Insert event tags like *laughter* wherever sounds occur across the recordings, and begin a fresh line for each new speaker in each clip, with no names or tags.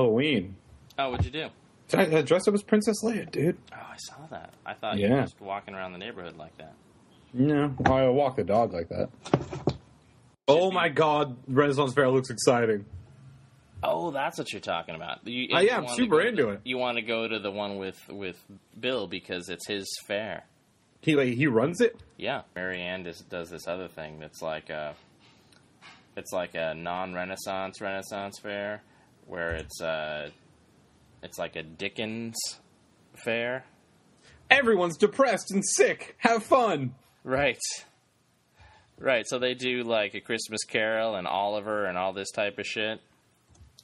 Halloween.
Oh, what'd you do?
I, I dressed up as Princess Leia, dude.
Oh, I saw that. I thought you
Yeah.
were just walking around the neighborhood like that.
No, Oh, I walk the dog like that. Oh my god, Renaissance Fair looks exciting.
Oh, that's what you're talking about. You,
I
you
am
wanna
super
go
into
to-
it.
You want to go to the one with with Bill because it's his fair.
He like he runs it.
Yeah, Mary Ann does, does this other thing that's like a, it's like a non-Renaissance Renaissance fair where it's uh, it's like a Dickens fair.
Everyone's depressed and sick. Have fun.
Right. Right, so they do like a Christmas Carol and Oliver and all this type of shit.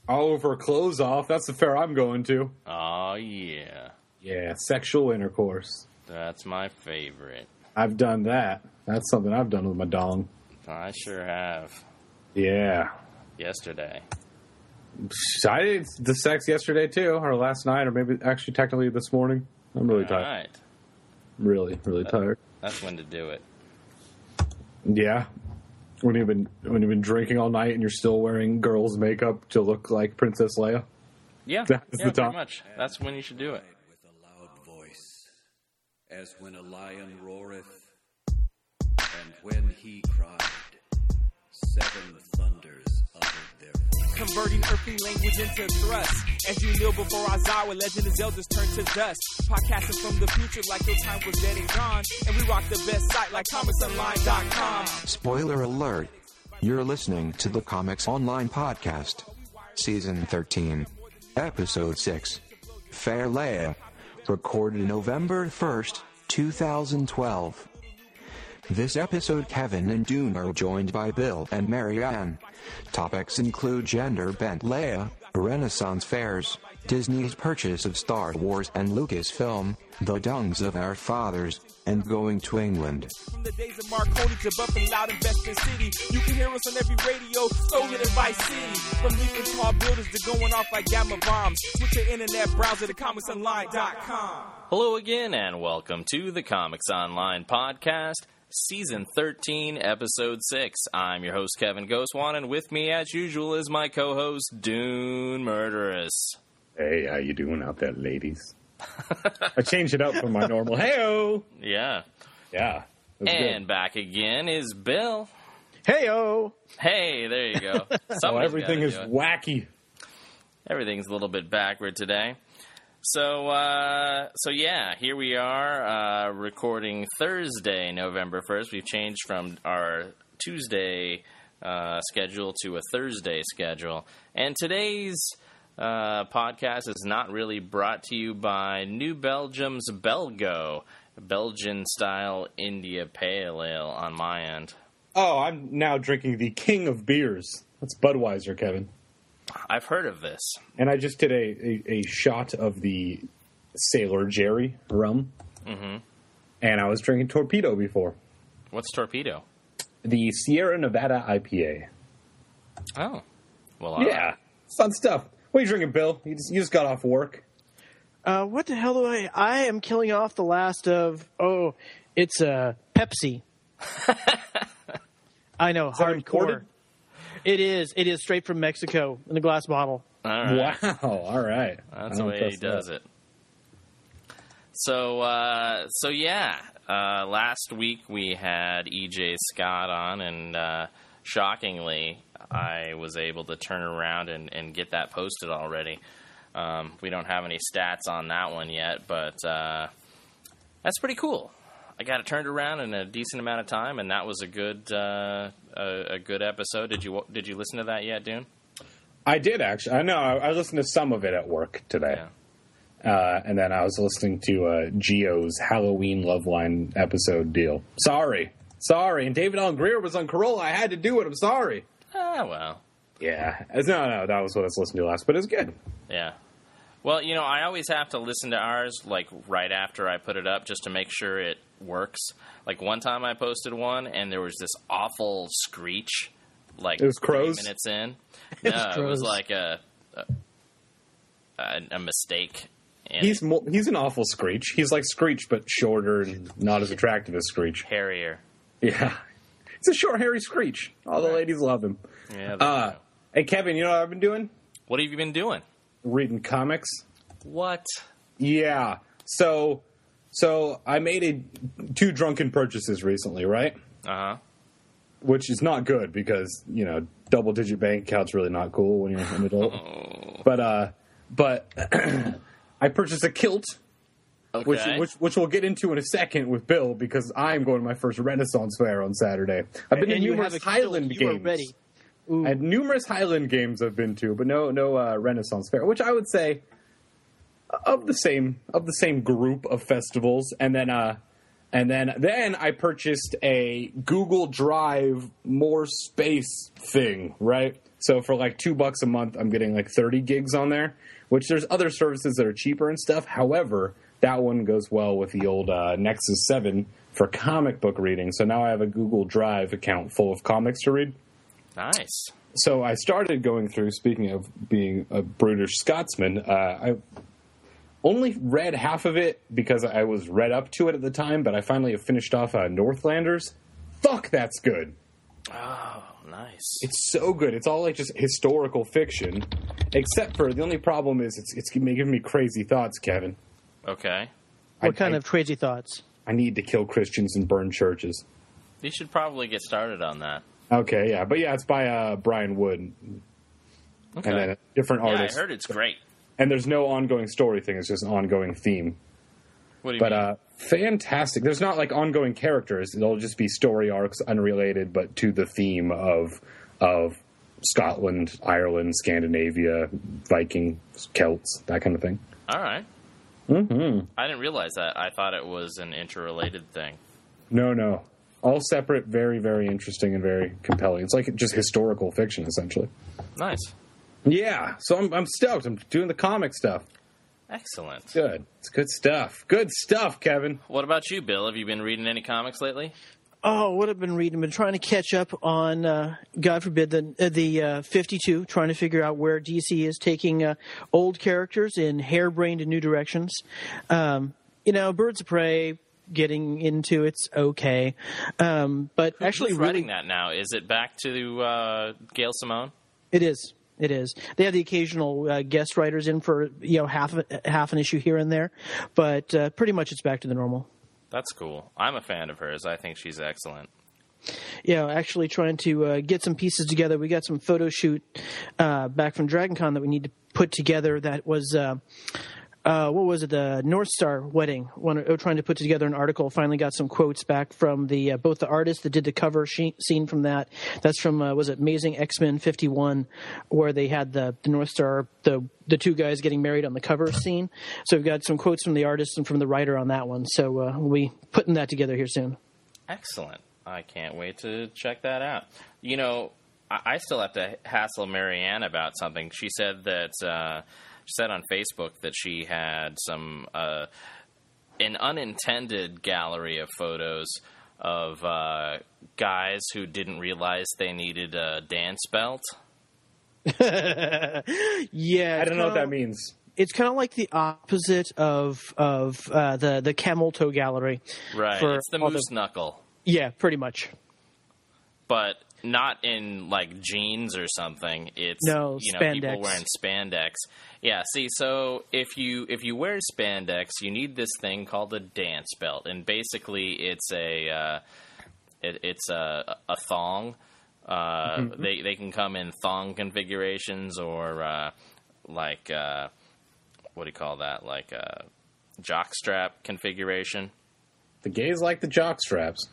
Oliver clothes off. That's the fair I'm going to.
Oh yeah,
Yeah, sexual intercourse.
that's my favorite.
I've done that. That's something I've done with my dong.
I sure have.
Yeah.
Yesterday.
I did the sex yesterday too, or last night, or maybe actually technically this morning. I'm really
All
tired.
right,
Really, really tired.
that's when to do it.
Yeah. When you've been when you've been drinking all night and you're still wearing girls' makeup to look like Princess Leia.
Yeah,
That's
yeah,
the time.
pretty much. That's when you should do it.
With a loud voice, as when a lion roareth, and when he cried, seven thunders uttered their voice.
Converting earthly language into thrust. As you kneel before Aizawa, legend of Zelda's turned to dust. Podcasting from the future like your time was dead and gone. And we rock the best site like comicsonline.com.
Spoiler alert. You're listening to the Comics Online Podcast. Season 13. Episode 6. Fair Leia. Recorded November 1st, 2012. This episode, Kevin and Dune are joined by Bill and Marianne. Topics include gender bent Leia, Renaissance fairs, Disney's purchase of Star Wars and Lucasfilm, the dungs of our fathers, and going to England.
From the days of Marconi to Buffalo Loud and Beston City. You can hear us on every radio, stolen in Vice City. From leaping tall buildings to going off like gamma bombs. Switch your internet browser to comicsonline.com.
Hello again, and welcome to the Comics Online Podcast, Season 13, Episode 6. I'm your host, Kevin Goswan, and with me, as usual, is my co host, Dune Murderous.
Hey, how you doing out there, ladies? I changed it up from my normal hey
Yeah.
Yeah. it was
And back again is Bill.
good. hey-o.
Hey, there
*laughs*
you go.
Oh,
Somebody's
everything
gotta
is
do it.
wacky.
everything's a little bit backward today. So, uh, so yeah, here we are uh, recording Thursday, November first. We've changed from our Tuesday uh, schedule to a Thursday schedule, and today's uh, podcast is not really brought to you by New Belgium's Belgo Belgian style India Pale Ale on my end.
Oh, I'm now drinking the king of beers. That's Budweiser, Kevin.
I've heard of this.
And I just did a, a, a shot of the Sailor Jerry rum. Mm-hmm. And I was drinking Torpedo before.
What's Torpedo?
The Sierra Nevada IPA.
Oh, well, all
Yeah.
right.
Fun stuff. What are you drinking, Bill? You just, you just got off work.
Uh, what the hell do I? I am killing off the last of. Oh, it's uh, Pepsi. I know,
that
hardcore.
imported?
It is. It is straight from Mexico in the glass bottle.
all right.
Wow. *laughs* All right.
That's the way he does it. So, uh, so yeah. Uh, last week we had EJ Scott on, and uh, shockingly, I was able to turn around and, and get that posted already. Um, we don't have any stats on that one yet, but uh, that's pretty cool. I got it turned around in a decent amount of time, and that was a good uh, a, a good episode. Did you did you listen to that yet, Dune?
I did actually. I know. I, I listened to some of it at work today, uh, and then I was listening to uh, Geo's Halloween Loveline episode deal. Sorry, sorry. And David Allen Greer was on Corolla. I had to do it. I'm sorry.
Ah, well.
Yeah. It's- No, no. That was what I was listening to last, but it's good.
Yeah. Well, you know, I always have to listen to ours like right after I put it up just to make sure it works. Like one time I posted one and there was this awful screech. Like
It was
three
crows? *laughs*
minutes in. No, it was
crows.
like a a, a- a mistake. And
He's mo- he's an awful Screech. He's like Screech, but shorter and not as attractive as Screech.
Harrier.
Yeah. It's a short, hairy Screech. All the ladies love him.
Yeah. there you
Uh,
go.
hey, Kevin, you know what I've been doing?
what have you been doing?
reading comics.
What?
Yeah. So so I made a, two drunken purchases recently, right?
Uh huh.
Which is not good because, you know, double digit bank account's really not cool when you're an adult. But uh but *clears throat* I purchased a kilt
Okay.
Uh, which, which which we'll get into in a second with Bill because I'm going to my first Renaissance fair on Saturday. I've been to
and you have
numerous
a
Highland
you
games.
Are ready.
I had numerous Highland games I've been to, but no no uh, Renaissance fair, which I would say uh, of the same of the same group of festivals. And then uh and then then I purchased a Google Drive more space thing, right? So for like 2 bucks a month, I'm getting like 30 gigs on there, which there's other services that are cheaper and stuff. However, that one goes well with the old uh, Nexus 7 for comic book reading. So now I have a Google Drive account full of comics to read
nice.
so I started going through. Speaking of being a brutish Scotsman, uh, I only read half of it because I was read up to it at the time. But I finally have finished off uh, Northlanders. Fuck, that's good.
Oh, nice.
It's so good. It's all like just historical fiction, except for the only problem is it's it's giving me crazy thoughts, Kevin.
Okay.
What
I-
kind
I-
of crazy thoughts?
I need to kill Christians and burn churches.
You should probably get started on that.
Okay, yeah, but yeah, it's by uh, Brian Wood
Okay.
and then a different
yeah, I
artist.
heard it's great.
And there's no ongoing story thing. It's just an ongoing theme.
What do you
but
mean?
uh fantastic there's not like ongoing characters it'll just be story arcs unrelated but to the theme of of scotland ireland scandinavia viking celts that kind of thing
All right. Mm-hmm. I didn't realize that. I thought it was an interrelated thing.
no no all separate very very interesting and very compelling it's like just historical fiction essentially
Nice.
yeah so i'm, I'm stoked i'm doing the comic stuff
Excellent.
good it's good stuff good stuff kevin
What about you, Bill? Have you been reading any comics lately?
Oh, what I've been reading, been trying to catch up on, uh, God forbid, the uh, the uh, fifty two, trying to figure out where DC is taking uh, old characters in harebrained new directions. Um, you know, Birds of Prey getting into it's okay, um, but actually
Who's
really-
writing that now? Is it back to uh, Gail Simone?
It is. It is. They have the occasional uh, guest writers in for you know half a- half an issue here and there, but uh, pretty much it's back to the normal.
That's cool. I'm a fan of hers. I think she's excellent.
Yeah, actually trying to uh, get some pieces together. We got some photo shoot uh, back from Dragon Con that we need to put together. That was. Uh, uh, what was it? The North Star wedding. When uh, trying to put together an article, finally got some quotes back from the uh, both the artist that did the cover she- scene from that. That's from uh, was it Amazing X Men fifty one, where they had the, the North Star the the two guys getting married on the cover scene. So we've got some quotes from the artist and from the writer on that one. So uh, we'll be putting that together here soon.
Excellent. I can't wait to check that out. You know, I, I still have to hassle Marianne about something. She said that uh, she said on Facebook that she had some uh, an unintended gallery of photos of uh, guys who didn't realize they needed a dance belt.
Yeah,
i don't know what that means
it's kind of like the opposite of of uh, the the camel toe gallery.
Right.
For
it's the
all
moose knuckle,
Yeah, pretty much.
but not in like jeans or something. It's
No,
you know
spandex.
people wearing spandex. Yeah, see, so if you if you wear spandex, you need this thing called a dance belt, and basically it's a uh, it, it's a a thong. Uh,
Mm-hmm.
They they can come in thong configurations or uh, like uh, what do you call that? Like a jockstrap configuration.
the gays like the jock straps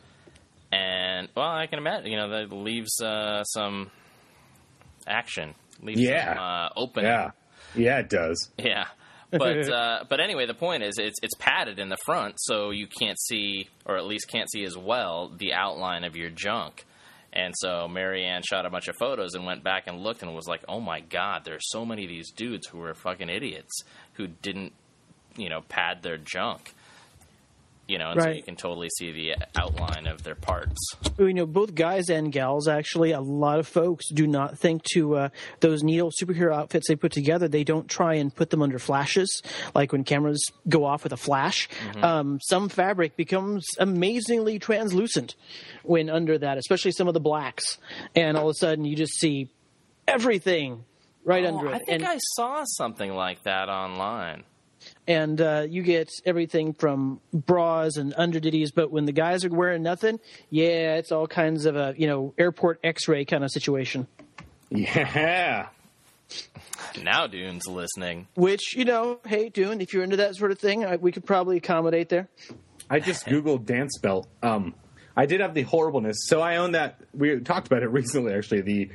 and well, I can imagine. You know, that leaves uh, some action, leaves
Yeah.
some uh, open.
yeah yeah it does
*laughs*
*laughs*
Yeah. But uh, but anyway, the point is, it's it's padded in the front, so you can't see, or at least can't see as well, the outline of your junk. And so Marianne shot a bunch of photos and went back and looked and was like, "Oh my god, there are so many of these dudes who are fucking idiots who didn't, you know, pad their junk." You know, and so
Right.
you can totally see the outline of their parts.
You know, both guys and gals actually. A lot of folks do not think to uh, those needle superhero outfits they put together. They don't try and put them under flashes, like when cameras go off with a flash. Um, some fabric becomes amazingly translucent when under that, especially some of the blacks, and all of a sudden you just see everything right
Oh,
under it.
I think
and
I saw something like that online.
and uh, you get everything from bras and underditties. But when the guys are wearing nothing, yeah, it's all kinds of a you know airport X-ray kind of situation.
Yeah.
Now Dune's listening.
Which you know, hey, Dune, if you're into that sort of thing, I, we could probably accommodate there.
I just googled dance belt. Um, I did have the horribleness. So I own that. We talked about it *laughs* recently, actually. The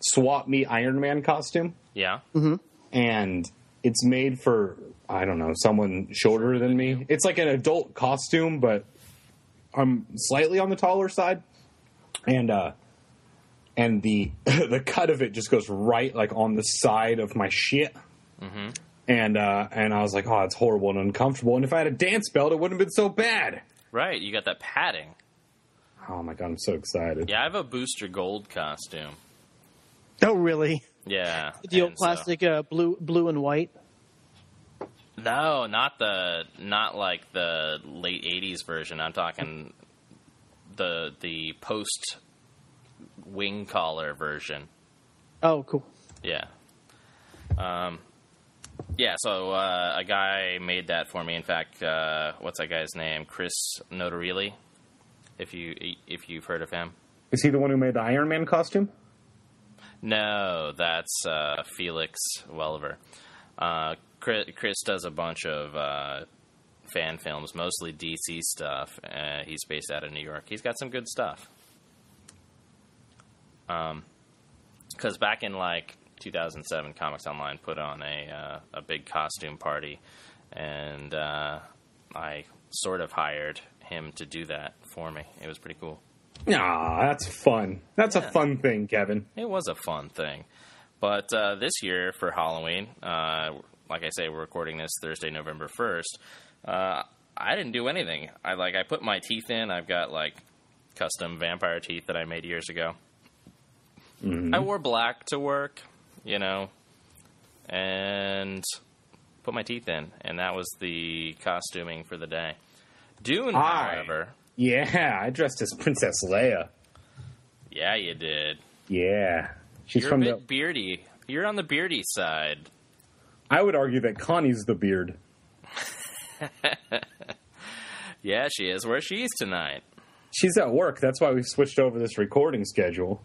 swap meet Iron Man costume,
Yeah.
Mm-hmm.
and it's made for I don't know someone shorter than me. It's like an adult costume, but I'm slightly on the taller side, and uh, and the *laughs* the cut of it just goes right like on the side of my shit. And uh, and I was like, oh, it's horrible and uncomfortable. And if I had a dance belt, it wouldn't have been so bad.
Right. You got that padding.
Oh my god, I'm so excited.
Yeah, I have a Booster Gold costume.
Oh, really?
Yeah.
The old
and so-
plastic uh, blue, blue and white.
No, not the not like the late '80s version. I'm talking the the post wing collar version.
Oh, cool.
Yeah. Um, yeah. So uh, a guy made that for me. In fact, uh, what's that guy's name? Chris Notarelli. If you if you've heard of him.
Is he the one who made the Iron Man costume?
No, that's uh, Felix Welliver. Uh, Chris, Chris does a bunch of uh, fan films, mostly DC stuff. Uh, he's based out of New York. He's got some good stuff. Because back in like 2007, Comics Online put on a uh, a big costume party, and uh, I sort of hired him to do that for me. It was pretty cool.
Nah, that's fun. That's a fun thing, Kevin.
It was a fun thing. But uh, this year for Halloween, uh, like I say, we're recording this Thursday, November first. Uh, I didn't do anything. I like I put my teeth in. I've got like custom vampire teeth that I made years ago.
Mm-hmm.
I wore black to work, you know, and put my teeth in, and that was the costuming for the day. Dune,
Aye.
however,
Yeah, I dressed as Princess Leia.
yeah, you did.
Yeah. She's
You're a
from
bit
the.
beardy. You're on the beardy side.
I would argue that Connie's the beard.
Yeah, she is where she is tonight
She's at work. That's why we switched over this recording schedule.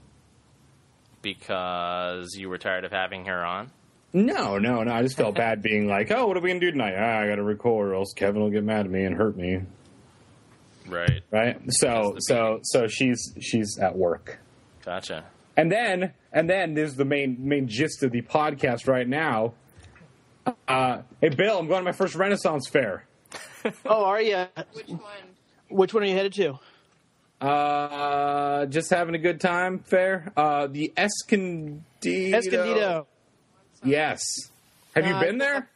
because you were tired of having her on.
No, no, no. I just felt bad being like, oh, what are we going to do tonight? Ah, I got to record, or else Kevin will get mad at me and hurt me.
Right.
Right? So,
That's the
so, so she's she's at work.
Gotcha.
And then, and then there's the main main gist of the podcast right now. Uh, hey, Bill, I'm going to my first Renaissance fair.
Oh, are you?
Which one?
Which one are you headed to?
Uh, just having a good time fair. Uh, the Escondido.
Escondido.
Yes. Have you
Uh,
been there?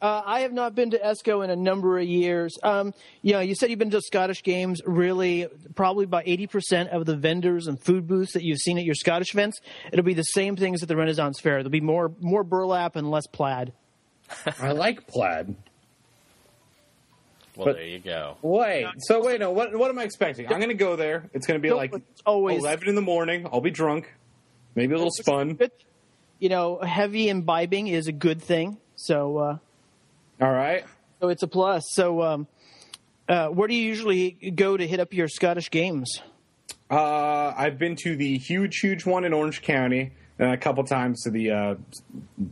Uh, I have not been to ESCO in a number of years. Um, you know, you said you've been to Scottish games. Really, probably about eighty percent of the vendors and food booths that you've seen at your Scottish events, it'll be the same things at the Renaissance Fair. There'll be more more burlap and less plaid.
I like plaid.
Well,
But-
there you go.
Wait. So wait. No. What? What am I expecting? I'm going to go there. It's going to be like Oh,
It's always
eleven in the morning. I'll be drunk. Maybe a little spun.
good. You know, heavy imbibing is a good thing. So, uh,
All right.
so it's a plus. So, um, uh, where do you usually go to hit up your Scottish games?
Uh, I've been to the huge, huge one in Orange County, and a couple times to the uh,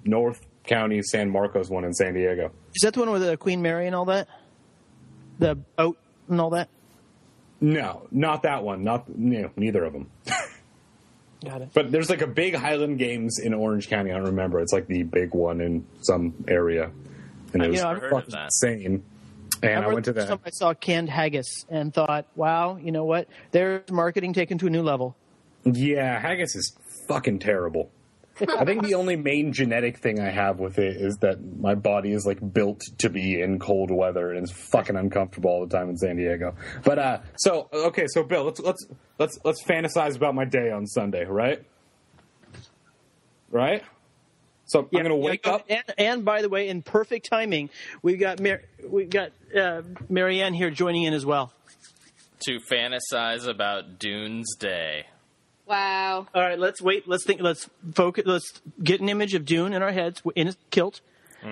North County San Marcos one in San Diego.
Is that the one with uh, Queen Mary and all that? The boat and all that?
No, not that one. Not no, neither of them.
Got it.
But there's like a big Highland Games in Orange County. I don't remember. It's like the big one in some area, and it was
never
heard of
fucking
that.
insane. And I, went to
First
that.
time I saw canned haggis and thought, wow, you know what? There's marketing taken to a new level.
Yeah, haggis is fucking terrible. I think the only main genetic thing I have with it is that my body is like built to be in cold weather and it's fucking uncomfortable all the time in San Diego. But uh so okay, so Bill, let's let's let's let's fantasize about my day on Sunday, right? Right? So I'm gonna wake
Yeah,
up.
And, and by the way, in perfect timing, we've got Mar- we've got uh, Marianne here joining in as well.
To fantasize about Dune's Day.
Wow.
All right, let's wait. Let's think. Let's focus. Let's get an image of Dune in our heads in his kilt.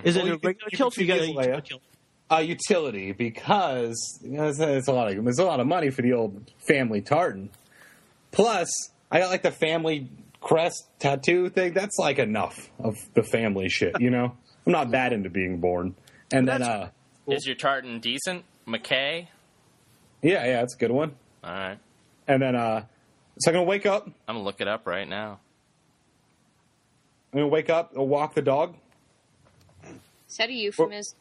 Is it
Mm-hmm. Well,
a
you could-
regular
you
kilt?
could
You got
choose Leia.
a kilt.
a utility because you know, it's, it's a lot of it's a lot of money for the old family tartan. Plus, I got like the family crest tattoo thing. That's like enough of the family shit, you know. I'm not that into being born. And then, uh,
Is your tartan decent, McKay?
yeah, yeah, that's a good one.
All right,
And then, uh, so I'm gonna wake up. I'm
I'm gonna look it up right now.
gonna wake up. I'll walk the dog.
Is that a euphemism?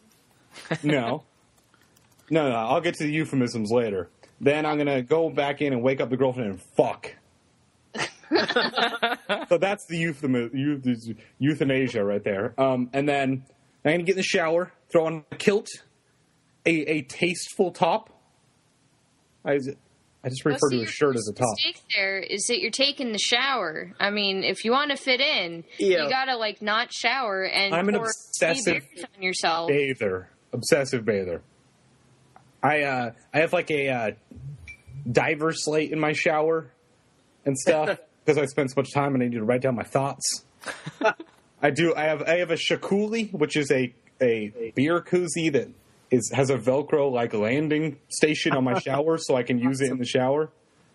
No. no, no. I'll get to the euphemisms later. Then I'm gonna go back in and wake up the girlfriend and fuck. so that's the euphemi- euth- euthanasia right there. Um, and then I'm gonna get in the shower, throw on a kilt, a, a tasteful top. I, I just refer to a shirt as a top.
Mistake there is that you're taking the shower. I mean, if you want to fit in,
Yeah.
you gotta like not shower and
I'm an
pour
obsessive
three beers on yourself.
bather, obsessive bather. I uh, I have like a uh, diver slate in my shower and stuff because I spend so much time and I need to write down my thoughts. I do. I have I have a shakuli, which is a a beer koozie that is has a Velcro like landing station on my shower, so I can use it in the shower.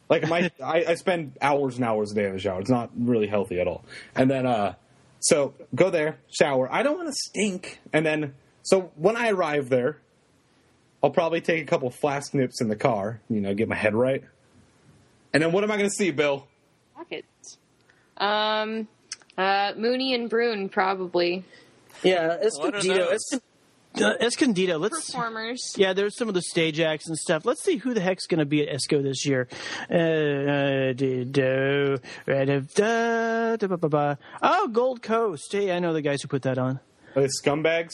Like my, I, I spend hours and hours a day in the shower. It's not really healthy at all. And then, uh, so go there, shower. I don't want to stink. And then, so when I arrive there, I'll probably take a couple flask nips in the car. You know, get my head right. And then, what am I going to see, Bill?
Pockets. Um, uh, Mooney and Brune probably
Yeah,
What are
Escondido.
those?
Escon- uh, Escondido. Let's.
performers.
Yeah, there's some of the stage acts and stuff. Let's see who the heck's going to be at ESCO this year. Uh, uh, do- do, right of- da, da, ba, ba, ba. Oh, Gold Coast. Hey, I know the guys who put that on.
Are they scumbags?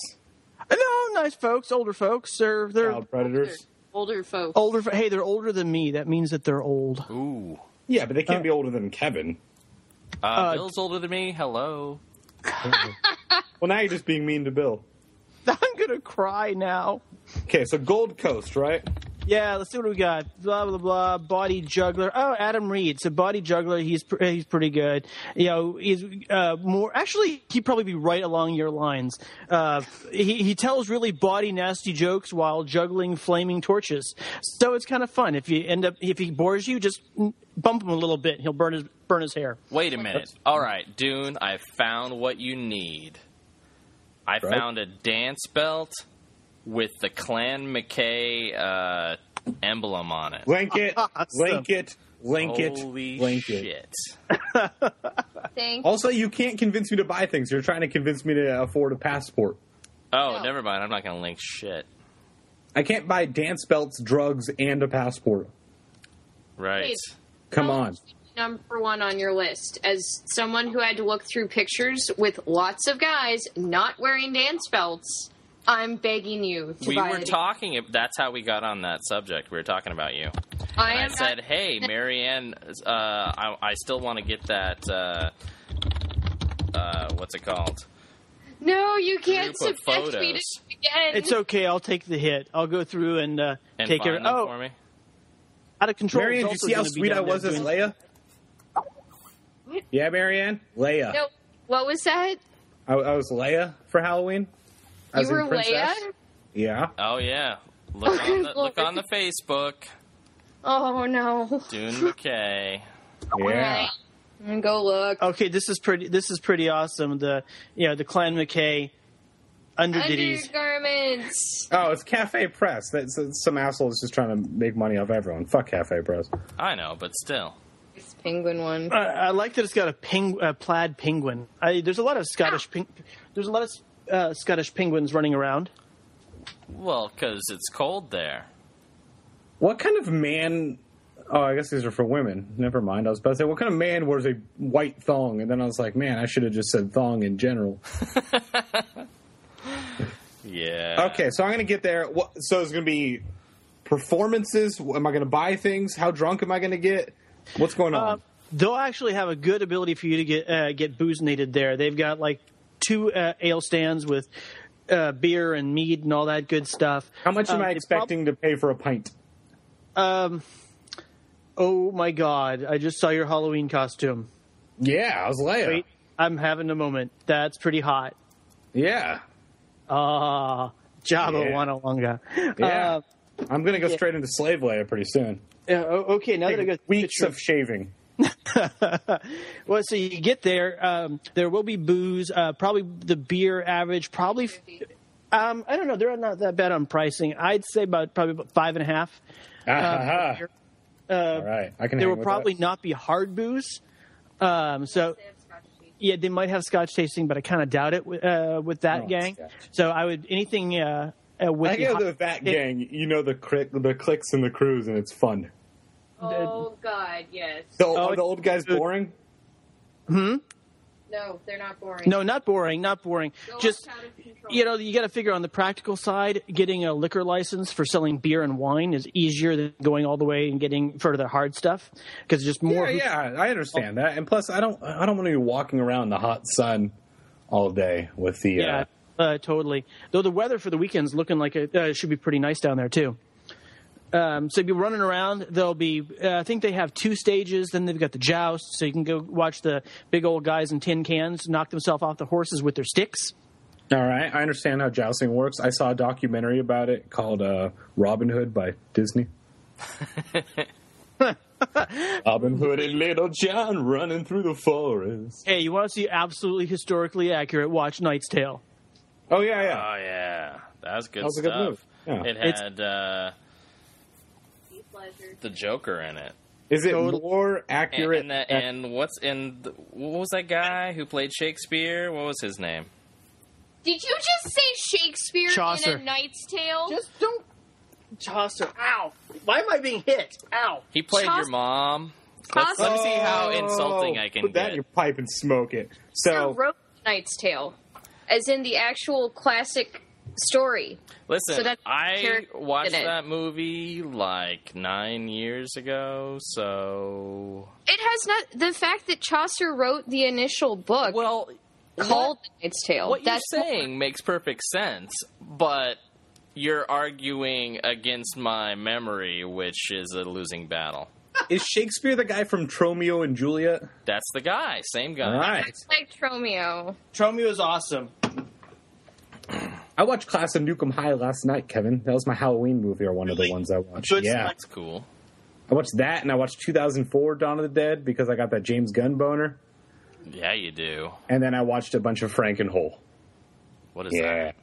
No, nice folks, older folks. They're they're
Child predaters?
Older folks.
older. fo- Hey, they're older than me. That means that they're old. *laughs*
Ooh,
Yeah, but they can't be older than Kevin.
uh, Bill's older than me. Hello.
Well, now you're just being mean to Bill.
I'm gonna cry now.
Okay, so Gold Coast, right?
Yeah, let's see what we got. Blah blah blah. Body juggler. Oh, Adam Reed. So body juggler. He's pr- he's pretty good. You know, he's uh, more. Actually, he'd probably be right along your lines. Uh, he he tells really body nasty jokes while juggling flaming torches. So it's kind of fun. If you end up if he bores you, just bump him a little bit. He'll burn his burn his hair.
Wait a minute. All right, Dune, I found what you need. I found a dance belt with the Clan McKay uh, emblem on it.
Link it, link it, link it,
Holy
link
shit.
it.
Thank
Also, you can't convince me to buy things. You're trying to convince me to afford a passport.
Oh,
No.
never mind. I'm not going to link shit.
I can't buy dance belts, drugs, and a passport.
Right.
Wait.
Come
Oh.
on.
number one on your list as someone who had to look through pictures with lots of guys not wearing dance belts. I'm begging you to
We
buy
were
it.
talking. That's how we got on that subject. We were talking about you.
I,
I
am
said,
not- *laughs*
"Hey, Marianne, uh, I, I still want to get that. Uh, uh, what's it called?
no, you can't
Group of
subject me to
photos.
again.
It's okay. I'll take the hit. I'll go through and, uh,
And
take
find
care.
them
Oh,
for me.
out of control.
Marianne,
is
did you
also
see how
gonna be
sweet
down
I
there
was as
doing-
Leia? Yeah, Marianne? Leia.
No, what was that?
I, I was Leia for Halloween. I
You
was in
were
Princess.
Leia?
Yeah.
Oh yeah, look on
*laughs*
the, look on the Facebook,
Oh no.
Dune
*laughs*
McKay.
Yeah.
Alright. I'm gonna go look.
Okay, this is pretty. This is pretty awesome. The you know the Clan McKay underditties.
Undergarments.
Oh, it's Cafe Press. That's, that's some assholes just trying to make money off everyone. Fuck Cafe Press.
I know, but still,
This penguin one.
I, I like that it's got a ping, uh, plaid penguin. I, there's a lot of Scottish ping, there's a lot of uh, Scottish penguins running around.
well, because it's cold there.
What kind of man? Oh, I guess these are for women. Never mind. I was about to say, what kind of man wears a white thong? And then I was like, man, I should have just said thong in general.
Yeah.
Okay, so I'm gonna get there. What, so it's gonna be performances. Am I gonna buy things? How drunk am I gonna get? What's going
Um,
on?
They'll actually have a good ability for you to get uh, get boozinated there. They've got like two uh, ale stands with uh, beer and mead and all that good stuff.
How much am
um,
I
it's prob-
expecting to pay for a pint?
"Oh my god, I just saw your Halloween costume.
Yeah, I was uh, Leia.
Wait, I'm having a moment. That's pretty hot."
Yeah,
Ah, Jabba
Yeah.
Wana Wanga.
yeah.
Uh,
I'm gonna go straight into slave Leia pretty soon.
yeah, o- okay, now that I got the
Weeks
picture-
of shaving.
Well, so you get there. Um, there will be booze. Uh, probably the beer average. Probably, um, I don't know. They're not that bad on pricing. I'd say about probably about five and a half.
Ah, ha,
Uh,
ha. All right, I can. hang
There will
with
probably
that.
not be hard booze. Um, so yeah, they might have scotch tasting, but I kind of doubt it wi- uh, with that
No,
gang.
Oh, Scotch.
So I would anything uh, uh, with
I
the
go
hot-
the that gang. You know the crick, the clicks and the crews, and it's fun.
Oh God, yes.
The,
Oh,
are the old guys
dude.
boring?
No, they're not boring.
No, not boring, not boring.
Go
Just
out of control.
you know, you got to figure on the practical side, getting a liquor license for selling beer and wine is easier than going all the way and getting for the hard stuff because just more.
Yeah, *laughs* yeah, I understand that. And plus, I don't, I don't want to be walking around in the hot sun all day with the.
Yeah,
Uh,
uh, totally. Though the weather for the weekend's looking like it uh, should be pretty nice down there too. Um, so you'll be running around. There'll be, uh, I think they have two stages. Then they've got the joust, so you can go watch the big old guys in tin cans knock themselves off the horses with their sticks.
all right, I understand how jousting works. I saw a documentary about it called uh, Robin Hood by
*laughs*
Disney. Robin Hood and Little John running through the forest.
Hey, you want to see absolutely historically accurate? Watch Knight's Tale.
Oh yeah, yeah.
Oh yeah, that was good
That was a good
stuff.
move. Yeah.
It
It's-
had uh,
Be pleasure.
the Joker in it,
Is it
Total-
more
and,
accurate?
and, that, and what's in? The, what was that guy who played Shakespeare? What was his name?
Did you just say Shakespeare
Chaucer.
in a Knight's Tale?
don't. Chaucer, ow! Why am I being hit? Ow!
He played
Chaucer.
your mom. Let's, let me see how insulting I can
Put that in
get.
your pipe and smoke it.
Chaucer
So
wrote Knight's Tale, as in the actual classic story.
Listen,
So that's the
I
character
watched
in it.
that movie like nine years ago, so
It has not the fact that Chaucer wrote the initial book
well,
called Knight's Tale.
what
that's
you're saying makes perfect sense, but you're arguing against my memory, which is a losing battle.
is Shakespeare the guy from Tromeo and Juliet?
That's the guy, same guy.
All right.
like Tromeo.
Tromeo is awesome.
I watched Class of Nukem High last night, Kevin. That was my Halloween movie or one of the ones I watched.
Good
yeah.
select-
That's cool.
I watched that and I watched 2004 Dawn of the Dead because I got that James Gunn boner.
Yeah, you do.
And then I watched a bunch of Frankenhole.
What is
Yeah.
that?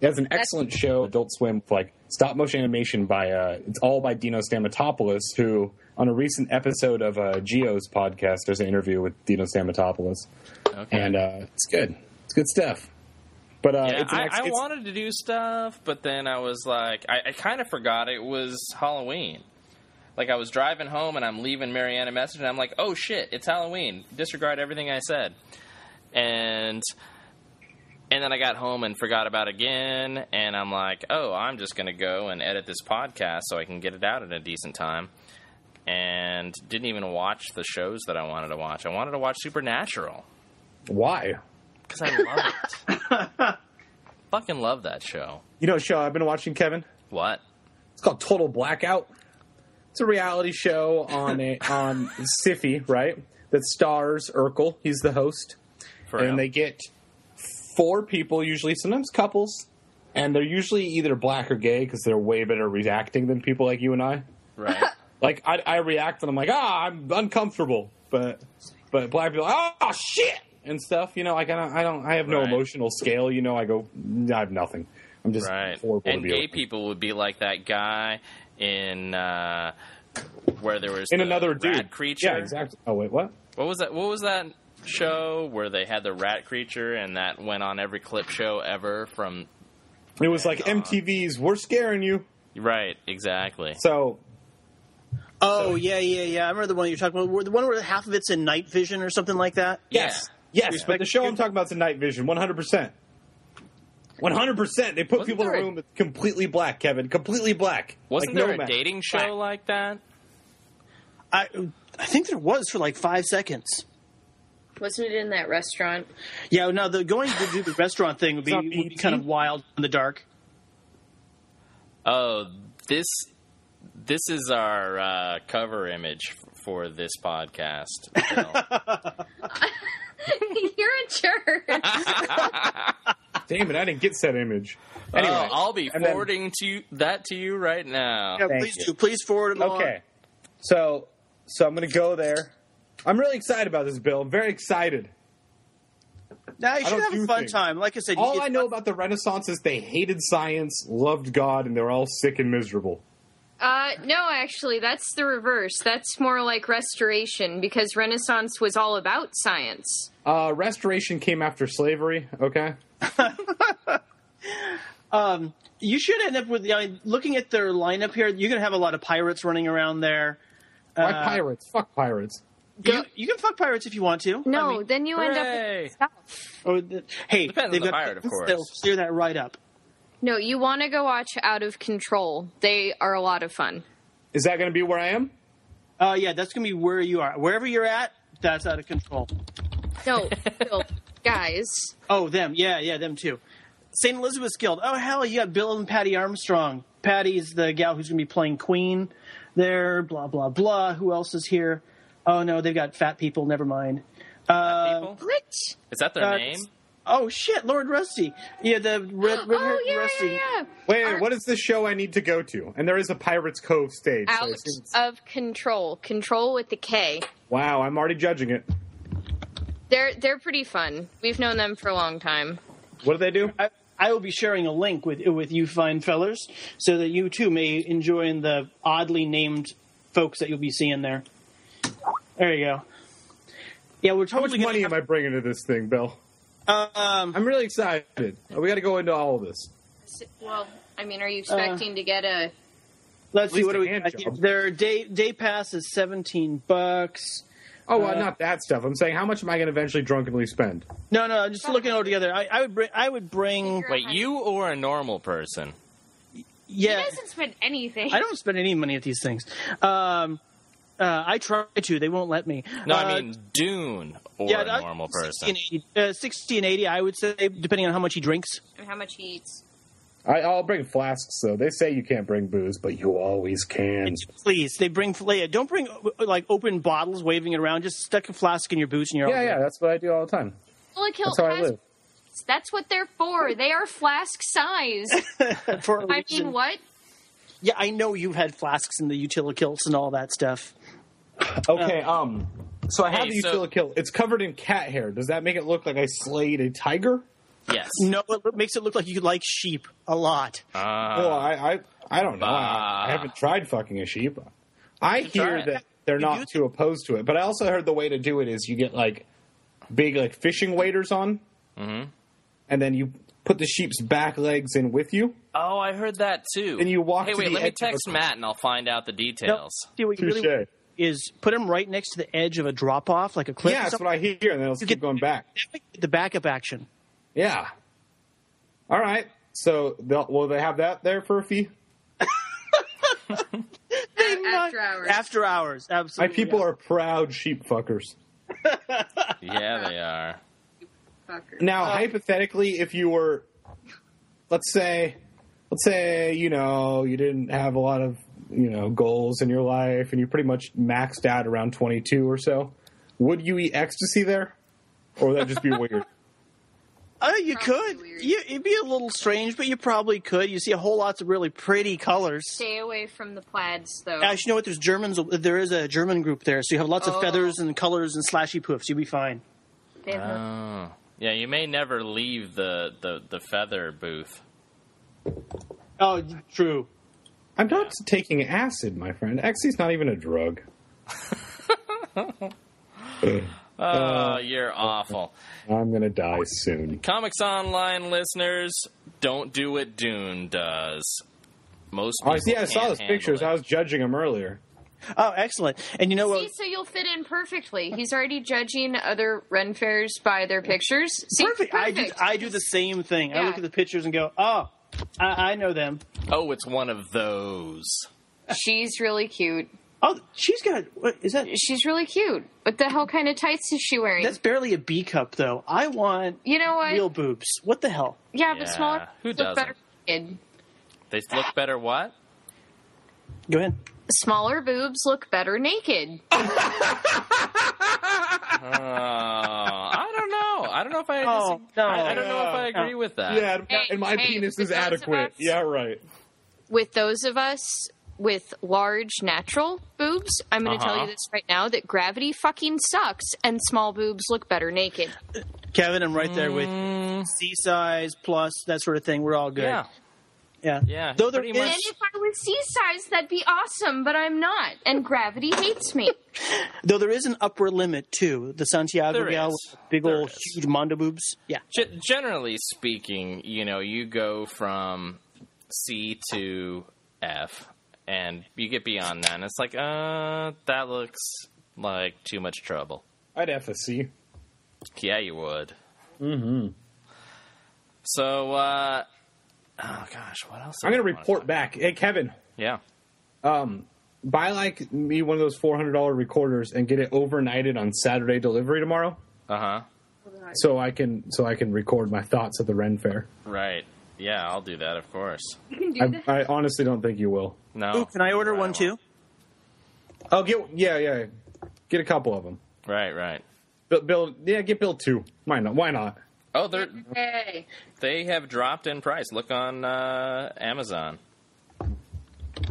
That's an excellent show, Adult Swim, with, like stop motion animation by uh, it's all by Dino Stamatopoulos, who on a recent episode of uh, Geo's podcast, there's an interview with Dino Stamatopoulos,
Okay.
and uh, it's good. It's good stuff. But uh,
yeah,
it's an
I,
ex-
I
it's-
wanted to do stuff, but then I was like, I, I kind of forgot it was Halloween. Like I was driving home and I'm leaving Marianne a message, and I'm like, oh shit, it's Halloween. Disregard everything I said, and and then I got home and forgot about it again, and I'm like, oh, I'm just gonna go and edit this podcast so I can get it out at a decent time. And didn't even watch the shows that I wanted to watch. I wanted to watch Supernatural
why.
because I love it.
*laughs*
Fucking love that show.
You know, a show I've been watching, Kevin.
What?
It's called Total Blackout. It's a reality show on
*laughs*
a on Syfy, right? That stars Urkel. He's the host.
For real?
and they get four people usually sometimes couples and they're usually either black or gay because they're way better at reacting than people like you and i
right?
*laughs* like i, I react and i'm like ah i'm uncomfortable but but black people ah shit and stuff you know like i don't i, don't, I have no
Right.
emotional scale you know i go i have nothing i'm just
right.
horrible
And
to be
gay
around.
people would be like that guy in uh, where there was
in
the
another
rat
dude
creature.
yeah exactly oh wait what
What was that? What was that show where they had the rat creature and that went on every clip show ever from?
it was like mtv's we're scaring you
Right. Exactly.
so
Oh yeah, yeah, yeah. I remember the one you're talking about. The one where half of it's in night vision or something like that.
Yes. Yes,
Yeah.
but the show I'm talking about is a night vision, 100%. 100%. They put people
Wasn't
in a
there a-
room that's completely black, Kevin. Completely black.
Wasn't
Like,
there a
nomad.
dating show
Black.
like that?
I I think there was for like five seconds.
Wasn't it in that restaurant?
Yeah, no, the going to do the restaurant thing would be, would be kind of wild in the dark.
Oh, this this is our uh, cover image for this podcast.
*laughs*
Bill.
*laughs* You're a jerk.
Damn it, I didn't get said image.
anyway,
Anyway,
Oh, I'll be
and then-
forwarding to you, that to you right now.
Yeah,
Thank
please
you.
do. Please forward it along.
Okay. So so I'm gonna go there. I'm really excited about this, Bill. I'm very excited.
Now you should
don't
have a
do
fun
things.
time. Like I said,
All
you,
I know about the Renaissance is they hated science, loved God, and they're all sick and miserable.
Uh, no, actually, that's the reverse. That's more like Restoration because Renaissance was all about science.
Uh, restoration came after slavery, okay?
You should end up with the I- looking at their lineup here. You're going to have a lot of pirates running around there.
Why pirates? Fuck pirates.
You, you can fuck pirates if you want to.
No,
I mean,
then you end up.
Hooray!
or the, hey,
Depends on
they've
the
got
pirate, of
guns
course.
that'll clear that right up.
No, you want to go watch Out of Control. They are a lot of fun.
Is that gonna be where I am?
Uh, yeah, that's going to be where you are. Wherever you're at, that's out of control.
No, Bill, guys.
Oh, them. Yeah, yeah, them too. St. Elizabeth's Guild. Oh, hell, you got Bill and Patty Armstrong. Patty's the gal who's going to be playing Queen there, blah, blah, blah. Who else is here? Oh, no, they've got fat people. Never mind.
People?
What?
Is that their
uh,
name?
Oh, shit, Lord Rusty. Yeah, the red, red
*gasps* Oh, yeah,
Rusty.
yeah, yeah.
Wait, what is the show I need to go to? And there is a Pirates Cove stage. so I
Out
assume it's-
of Control. Control with the K.
wow, I'm already judging it.
They're they're pretty fun. We've known them for a long time.
What do they do?
I, I will be sharing a link with with you fine fellers so that you too may enjoy the oddly named folks that you'll be seeing there. There you go. Yeah, we're
How much
totally
money
gonna uh,
am I bringing to this thing, Bill? Um, I'm really excited. Uh, We got to go into all of this.
Well, I mean, are you
Uh,
expecting to get a?
Let's see
least
what do
a
we
hand
got
job.
here. Their day day pass is seventeen bucks.
Oh, well, not that stuff. I'm saying, how much am I going to eventually drunkenly spend?
No, no, I'm just looking all together. I, I would bring. I would bring.
Figure-
Wait, you or a normal person?
Yeah,
spend anything.
I don't spend any money at these things. Um, uh, I try to. They won't let me.
No,
Uh,
I mean Dune or
yeah,
a
I-
normal
60
person.
and 80 uh, 60 and 80, I would say, depending on how much he drinks.
And how much he eats.
I, I'll bring flasks, though. They say you can't bring booze, but you always can.
Please, they bring yeah, don't bring uh, like open bottles waving it around. Just stuck a flask in your boots and you're
Yeah,
all
yeah,
good.
that's what I do all the time.
Oh,
Bullikill
That's how I live.
That's what they're for. They are flask
*laughs*
size.
For a
I
reason.
mean, what?
Yeah, I know you've had flasks and the utilikilts and all that stuff.
Okay, um, so I have
Hey,
the
so-
utility kill. It's covered in cat hair. Does that make it look like I slayed a tiger?
Yes.
No, it lo- makes it look like you like sheep a lot.
Uh,
Ah.
well, I, I, I don't know.
Bah.
I, I haven't tried fucking a sheep. I
try
hear
it.
that they're
do
not too opposed to it, but I also heard the way to do it is you get like big like fishing waders on, and then you put the sheep's back legs in with you.
oh, I heard that too.
And you walk
Hey,
to
wait.
the
Let me
edge of a
text
cliff.
Matt and I'll find out the details.
See, what you really
Touche.
want is put them right next to the edge of a drop off, like a cliff.
Yeah,
or
that's
something.
what I hear, and then it'll keep
get-
going back.
Get the backup action.
Yeah. All right. So they'll, will they have that there for a fee?
After hours.
After hours,
My
absolutely.
people are proud sheep fuckers.
Yeah, they are.
Fucker.
Now,
Uh,
hypothetically, if you were, let's say, let's say you know you didn't have a lot of you know goals in your life, and you're pretty much maxed out around 22 or so, would you eat ecstasy there, or would that
*laughs*
just be weird?
Oh, you
Probably
could.
weird.
You, it'd be a little strange, but you probably could. You see a whole lots of really pretty colors.
Stay away from the plaids, though.
Actually, you know what? There's Germans. There is a German group there, so you have lots
Oh.
of feathers and colors and slashy poofs. You'll be fine.
They have no-
Oh. Yeah, you may never leave the, the, the feather booth.
Oh, true.
I'm not taking acid, my friend. Ecstasy's not even a drug. Ugh,
Oh,
Uh,
you're awful.
I'm gonna die soon.
Comics Online listeners, don't do what Dune does. Most
Oh,
people
I see. I saw
can't
those
handle
pictures.
it.
I was judging them earlier.
Oh, excellent. And you know what?
See, so you'll fit in perfectly. He's already judging other Ren fairs by their pictures. See,
Perfect. I do. I do the same thing. I
Yeah.
look at the pictures and go, "Oh, I, I know them."
Oh, it's one of those.
She's really cute.
Oh, she's got. What is that?
She's really cute. What the hell kind of tights is she wearing?
That's barely a B cup, though. I want
you know what?
real boobs. What the hell?
yeah,
Yeah,
but smaller
who
look better
doesn't?
naked.
They look better what?
Go ahead.
Smaller boobs look better naked.
Uh, I don't know. I don't know if I.
Oh,
dis-
no.
I, I don't know if I agree with that.
Yeah,
Hey,
and my
hey,
penis
the
is
thoughts
adequate.
about-
Yeah, right.
With those of us with large natural boobs, I'm going to tell
Uh-huh.
you this right now that gravity fucking sucks and small boobs look better naked.
Kevin, I'm right there with you. C size plus that sort of thing. We're all good.
Mm. Yeah.
yeah.
Yeah,
Though there
pretty
is,
much.
And if I was C size, that'd be awesome, but I'm not. And gravity hates me.
though there is an upper limit too. The Santiago
There
gal,
is.
with big
There
old
is.
huge mondo boobs. Yeah.
Ge- generally speaking, you know, you go from C to F, and you get beyond that, and it's like, uh, that looks like too much trouble.
I'd F a C.
Yeah, you would. Mm-hmm. So, uh, oh gosh, what else?
I'm going
did I
to
wanna
report
talk-
back. Hey, Kevin,
Yeah.
buy like me one of those $400 recorders and get it overnighted on Saturday delivery tomorrow
Uh huh.
so I can so I can record my thoughts at the Ren Fair.
Right. Yeah, I'll do that, of course.
I, I honestly don't think you will.
No.
Ooh, can I order one
won't.
too?
Oh, get yeah, yeah. Get a couple of them.
Right, right.
Build, build yeah, get build two. Why not? Why not?
Oh, they are
Yay.
they have dropped in price. Look on uh, Amazon.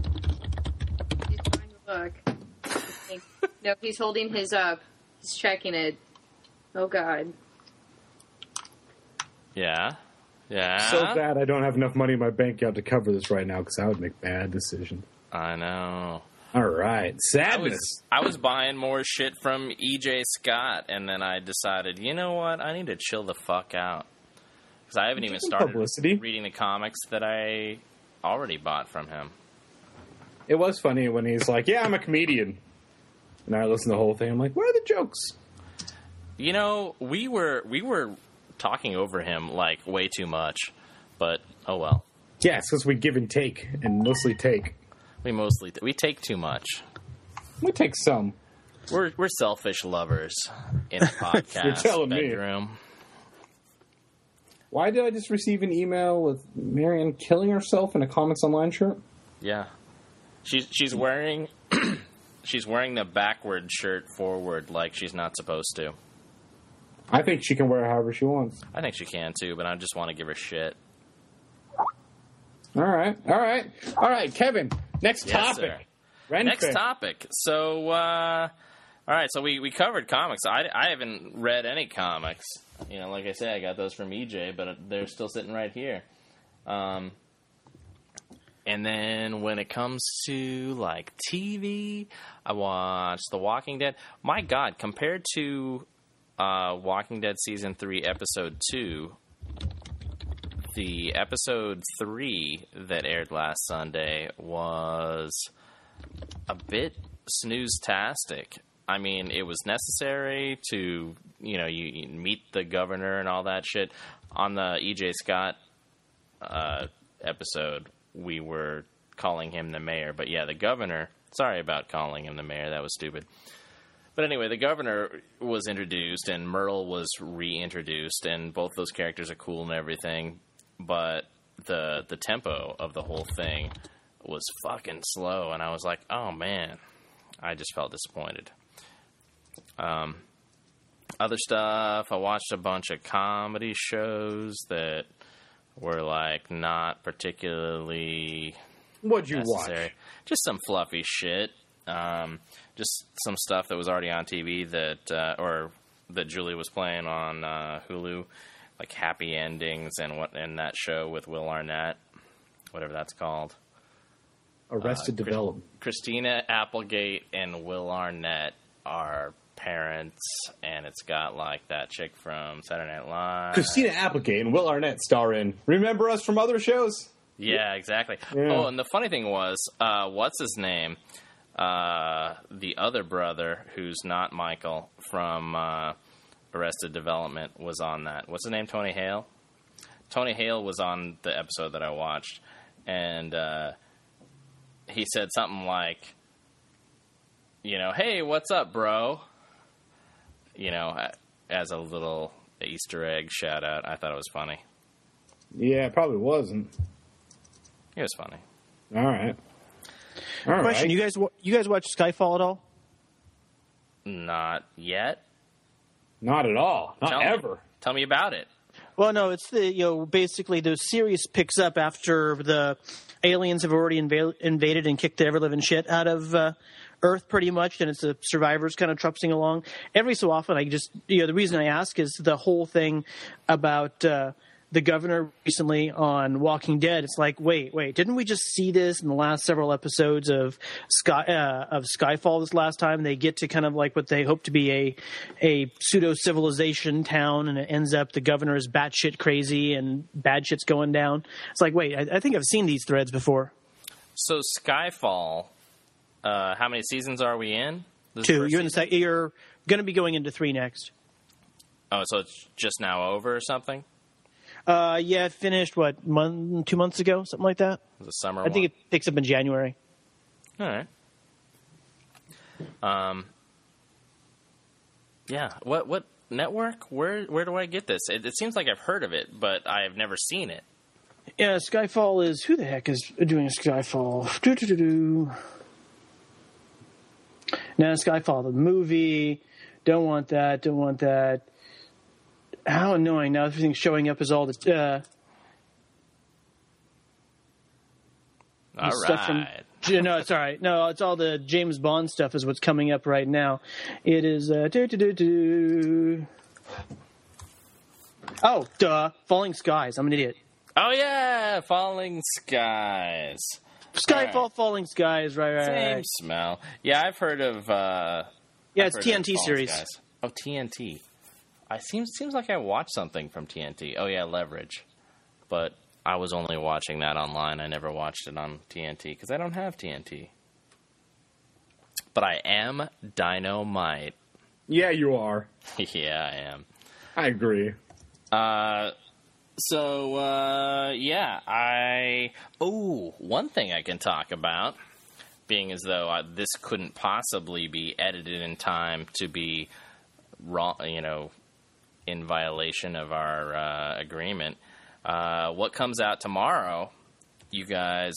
He's trying to look. no, he's holding his up. He's checking it. Oh God.
Yeah. Yeah.
So bad I don't have enough money in my bank account to cover this right now because I would make bad decisions.
I know.
All right,
I
sadness.
was I was buying more shit from EJ Scott, and then I decided, you know what? I need to chill the fuck out because I haven't even
Some
started
publicity.
reading the comics that I already bought from him.
It was funny when he's like, "Yeah, I'm a comedian," and I listen to the whole thing. I'm like, "Where are the jokes?"
You know, we were we were talking over him like way too much, but oh well.
Yeah, it's because we give and take, and mostly take.
We mostly we take too much.
We take some.
We're we're selfish lovers in
*laughs*
a podcast
You're telling me.
bedroom.
Why did I just receive an email with Marianne killing herself in a comics online shirt?
Yeah, she's she's wearing *clears throat* she's wearing the backward shirt forward like she's not supposed to.
I think she can wear it however she wants.
I think she can too, but I just want to give her shit.
All right, all right, all right, Kevin. Next
Yes,
topic.
sir.
Ren
Next
Fair.
topic. So, uh, all right. So we, we covered comics. I, I haven't read any comics. You know, like I said, I got those from EJ, but they're still sitting right here. Um, and then when it comes to like TV, I watched The Walking Dead. My God, compared to uh, Walking Dead season three, episode two, the episode three that aired last Sunday was a bit snooze-tastic. I mean, it was necessary to, you know, you, you meet the governor and all that shit. On the EJ Scott uh, episode, we were calling him the mayor, but yeah, the governor. Sorry about calling him the mayor. That was stupid. But anyway, the governor was introduced and Merle was reintroduced, and both those characters are cool and everything. But the the tempo of the whole thing was fucking slow, and I was like, oh man, I just felt disappointed. Um, other stuff, I watched a bunch of comedy shows that were like not particularly
What'd you watch?
necessary. Just some fluffy shit. Um, just some stuff that was already on TV that uh, or that Julie was playing on uh, Hulu, like Happy Endings and what and that show with Will Arnett, whatever that's called. Uh,
Arrested Development.
Christina Applegate and Will Arnett are parents, and it's got like that chick from Saturday Night Live.
Christina Applegate and Will Arnett star in Remember Us from Other Shows?
Yeah, exactly.
Yeah.
Oh, and the funny thing was, uh, what's his name? Uh, the other brother, who's not Michael from uh, Arrested Development, was on that. What's his name? Tony Hale. Tony Hale was on the episode that I watched, and uh, he said something like, "You know, hey, what's up, bro?" You know, as a little Easter egg shout out. I thought it was funny.
Yeah, it probably wasn't.
It was funny.
All right. All
Question:
right.
You guys, wa- you guys watch Skyfall at all?
Not yet.
Not at all. Not
Tell me.
ever.
Tell me about it.
Well, no, it's the you know basically the series picks up after the aliens have already inva- invaded and kicked the ever living shit out of uh, Earth, pretty much, and it's the survivors kind of trupsing along. Every so often, I just you know the reason I ask is the whole thing about. Uh, the governor recently on Walking Dead. It's like, wait, wait, didn't we just see this in the last several episodes of Sky uh, of Skyfall? This last time they get to kind of like what they hope to be a a pseudo civilization town, and it ends up the governor is batshit crazy and bad shit's going down. It's like, wait, I, I think I've seen these threads before.
So Skyfall. Uh, how many seasons are we in? This is
Two,
first
you're in the
season?
sec- you're going to be going into three next.
Oh, so it's just now over or something?
Uh, yeah, it finished what month, two months ago, something like that.
It was a summer.
I think it picks up in January.
All right. Um. Yeah. What what network? Where where do I get this? It, it seems like I've heard of it, but I have never seen it.
Yeah, Skyfall is who the heck is doing Skyfall? Do do do do. Now Skyfall the movie. Don't want that. Don't want that. How annoying! Now everything's showing up as all the uh,
All right.
the stuff from- J- no, it's all right. No, it's all the James Bond stuff is what's coming up right now. It is uh, do do do do. Oh, duh! Falling skies. I'm an idiot.
Oh yeah, Falling Skies.
Skyfall,
All
falling skies. Right, right, right.
Same smell. Yeah, I've heard of. Uh,
Yeah,
I've heard of
it's TNT
Falling
series.
Skies. Oh TNT. I seems seems like I watched something from TNT. Oh yeah, Leverage. But I was only watching that online. I never watched it on TNT because I don't have TNT. But I am dynamite. *laughs*
Yeah, you are.
yeah, I am.
I agree.
So uh, yeah, I oh one thing I can talk about, being as though I, this couldn't possibly be edited in time to be wrong, you know, in violation of our uh, agreement. Uh, what comes out tomorrow, you guys?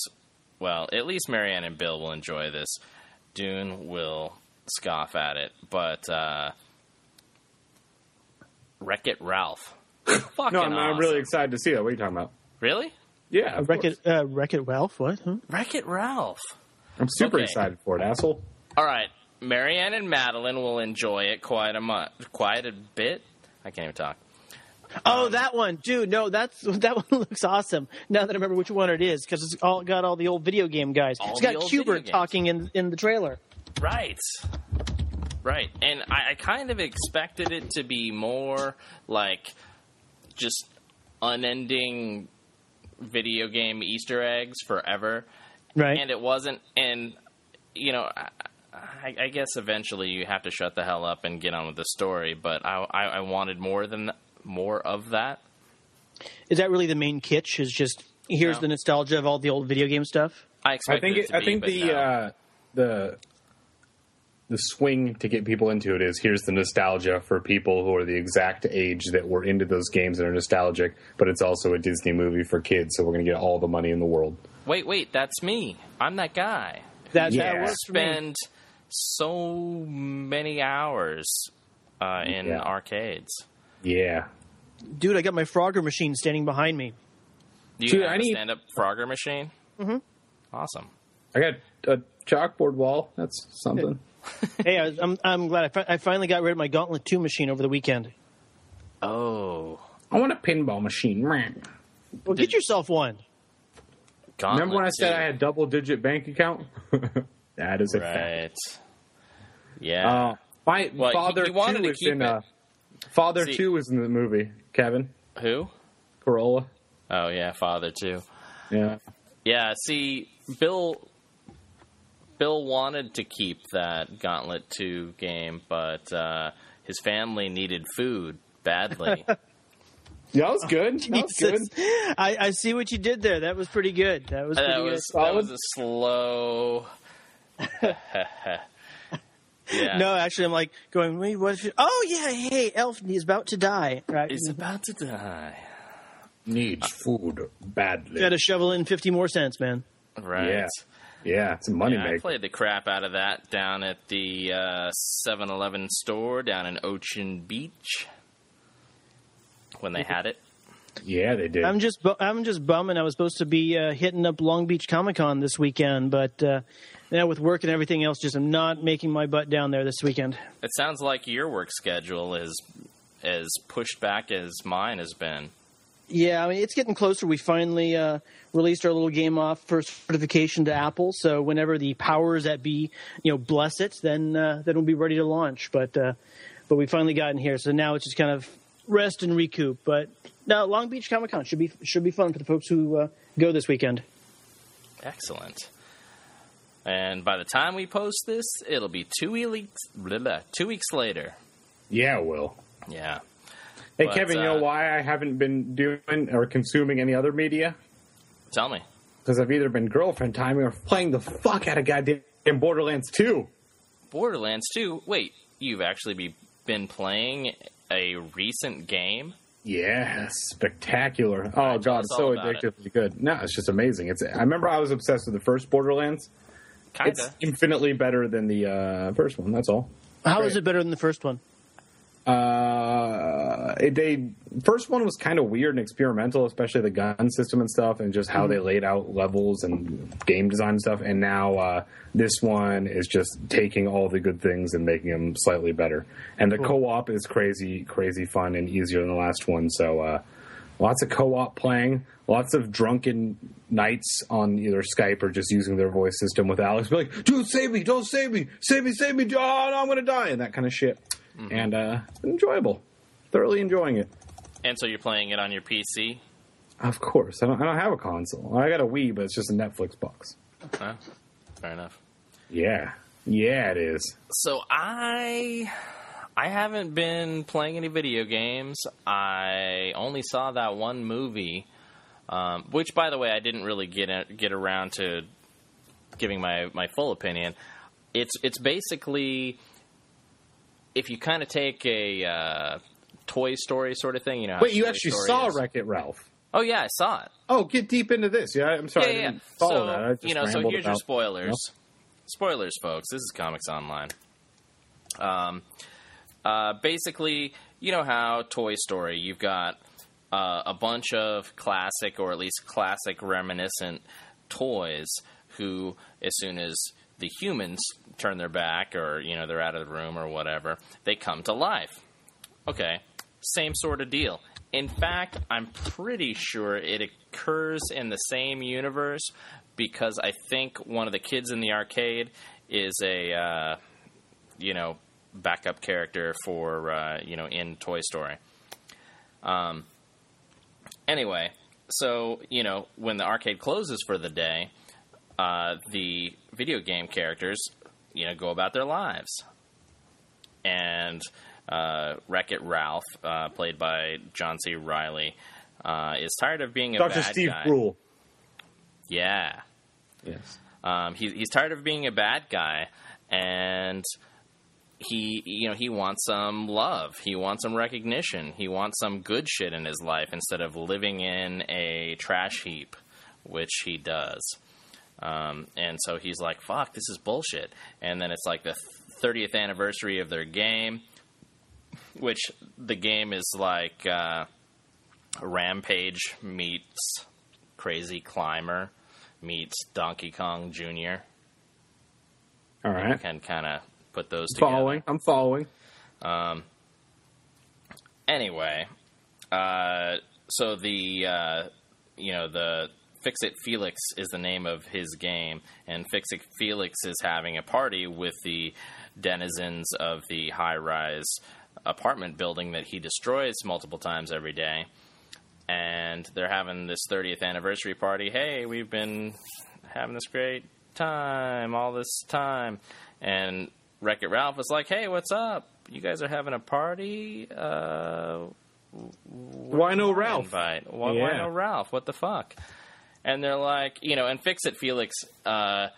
Well, at least Marianne and Bill will enjoy this. Dune will scoff at it, but uh, Wreck It Ralph.
*laughs*
Fucking
No, I'm, I'm really
awesome.
excited to see that. What are you talking about?
Really?
Yeah, of
Wreck
course.
it, uh, Wreck it Ralph. What? Huh?
Wreck It Ralph.
I'm super
Okay.
excited for it, asshole.
All right, Marianne and Madeline will enjoy it quite a mu- quite a bit. I can't even talk.
Oh, that one, dude. No, that's *laughs* that one looks awesome. Now that I remember which one it is, because it's all got all the old video game guys.
All
it's
the
got
old video
Kubert
games.
talking in in the trailer.
Right. Right. And I, I kind of expected it to be more like just unending video game Easter eggs forever.
Right.
And it wasn't. And, you know, I, I, I guess eventually you have to shut the hell up and get on with the story, but I, I, I wanted more than more of that.
is that really the main kitsch? Is just here's
No.
the nostalgia of all the old video game stuff.
I
I
expected
think
it,
it,
to
I
be,
think
but
the
no.
uh, the the swing to get people into it is here's the nostalgia for people who are the exact age that were into those games and are nostalgic, but it's also a Disney movie for kids, so we're going to get all the money in the world.
Wait, wait, that's me. I'm that guy.
That that
Yeah.
works for me.
Spend so many hours uh, in
Yeah.
arcades.
Yeah,
Dude, I got my Frogger machine standing
*laughs*
behind me.
Do you
Dude,
have
I
a
need-
stand-up Frogger machine? Mm-hmm. Awesome.
I got a chalkboard wall. That's something.
hey, I was, I'm I'm glad I, fi- I finally got rid of my Gauntlet Two machine over the weekend.
Oh,
I want a pinball machine. Remember
Well, get yourself one.
Gauntlet
when I said
two.
I had double digit bank
*laughs*
account? that is a fact.
right? Yeah.
Uh, my
Well, he-
father
he wanted
too
to
is
keep
in.
it.
Uh, father
See-
too was in the movie. Kevin
Who?
Corolla.
Oh yeah, Father too.
Yeah.
Yeah. See, Bill. Bill wanted to keep that Gauntlet Two game, but uh, his family needed food
*laughs*
badly.
That was
*laughs*
good. That was good.
Jesus. I, I see what you did there. That was pretty good. That was pretty
Uh, that was
good.
that was a
*laughs*
slow. yeah.
No, actually, I'm like going. Wait, what? Is she- oh yeah, hey, Elf is about to die. Right,
He's about to die.
Needs food badly.
got to shovel in fifty more cents, man.
Right.
Yeah. Yeah, it's a money
Yeah, I
maker.
played the crap out of that down at the uh, Seven Eleven store down in Ocean Beach when they had it.
Yeah, they did.
I'm just bu- I'm just bumming. I was supposed to be uh, hitting up Long Beach Comic Con this weekend, but uh, now with work and everything else, just I'm not making my butt down there this weekend.
It sounds like your work schedule is as pushed back as mine has been.
Yeah, I mean it's getting closer. We finally uh, released our little game off for certification to Apple. So whenever the powers that be, you know, bless it, then uh, then we'll be ready to launch. But uh, but we finally got in here. So now it's just kind of rest and recoup. But no, Long Beach Comic Con should be should be fun for the folks who uh, go this weekend.
Excellent. And by the time we post this, it'll be two weeks blah, blah, two weeks later.
yeah, Will.
Yeah.
Hey,
But,
Kevin, you know
uh,
why I haven't been doing or consuming any other media?
Tell me.
Because I've either been girlfriend timing or playing the fuck out of goddamn Borderlands 2.
Borderlands 2. Wait, you've actually be, been playing a recent game?
Yeah, spectacular. Oh god,
us
it's so
all about it.
addictively good. No, it's just amazing. It's I remember I was obsessed with the first Borderlands.
Kinda.
It's infinitely better than the uh, first one, that's all.
How
Great.
is it better than the first one?
Uh, it, they first one was kind of weird and experimental, especially the gun system and stuff, and just how they laid out levels and game design and stuff. And now uh, this one is just taking all the good things and making them slightly better. And the co-op is crazy, crazy fun and easier than the last one. So uh, lots of co-op playing, lots of drunken nights on either Skype or just using their voice system with Alex, be like, "Dude, save me! Don't save me! Save me! Save me! Oh, no, I'm gonna die!" and that kind of shit.
Mm-hmm.
And uh, it's been enjoyable, thoroughly enjoying it.
and so you're playing it on your PC?
Of course, I don't, I don't have a console. I got a Wii, but it's just a Netflix box.
Huh? Fair enough.
Yeah, yeah, it is.
So I I haven't been playing any video games. I only saw that one movie, um, which, by the way, I didn't really get get around to giving my, my full opinion. It's it's basically if you kind of take a uh, Toy Story sort of thing, you know. how
Wait, you
Toy
actually
Story
saw
is.
Wreck It Ralph?
Oh yeah, I saw it.
Oh, get deep into this. Yeah, I'm sorry,
yeah,
I
yeah.
didn't
yeah.
follow
So
that. I just
you know, so
rambled
here's your
about-
spoilers. Spoilers, folks. This is Comics Online. Um, uh, basically, you know how Toy Story, you've got uh, a bunch of classic or at least classic reminiscent toys who, as soon as the humans turn their back or you know they're out of the room or whatever, they come to life. Okay, same sort of deal. In fact, I'm pretty sure it occurs in the same universe because I think one of the kids in the arcade is a uh, you know backup character for uh, you know in Toy Story. Um, anyway, so you know when the arcade closes for the day, uh, the video game characters you know go about their lives and uh, Wreck It Ralph, uh, played by John C. Riley, uh, is tired of being a
Dr.
bad
Steve
guy.
Brule.
Yeah,
Yes.
um, he, he's tired of being a bad guy, and he you know he wants some love, he wants some recognition, he wants some good shit in his life instead of living in a trash heap, which he does. Um, and so he's like, "Fuck, this is bullshit." And then it's like the thirtieth anniversary of their game, which the game is like uh, Rampage meets Crazy Climber meets Donkey Kong Jr.
All right.
Can kind of put those together.
Following. I'm following.
Anyway, uh, so the uh, you know the Fix It Felix is the name of his game, and Fix It Felix is having a party with the denizens of the high-rise apartment building that he destroys multiple times every day. And they're having this 30th anniversary party. Hey, we've been having this great time all this time. And Wreck It Ralph was like, hey, what's up? You guys are having a party? Uh,
Why no Ralph?
invite. Why, why
Yeah.
no Ralph? What the fuck? And they're like, you know, and Fix It Felix uh,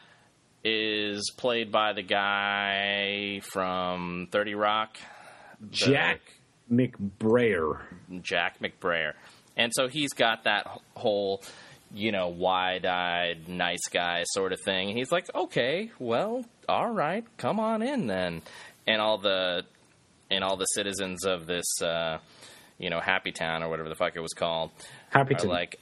is played by the guy from 30 Rock,
Jack McBrayer.
Jack McBrayer. And so he's got that wh- whole, you know, wide eyed, nice guy sort of thing. And he's like, okay, well, all right, come on in then. And all the and all the citizens of this, uh, you know, Happy Town or whatever the fuck it was called,
Happy
are like,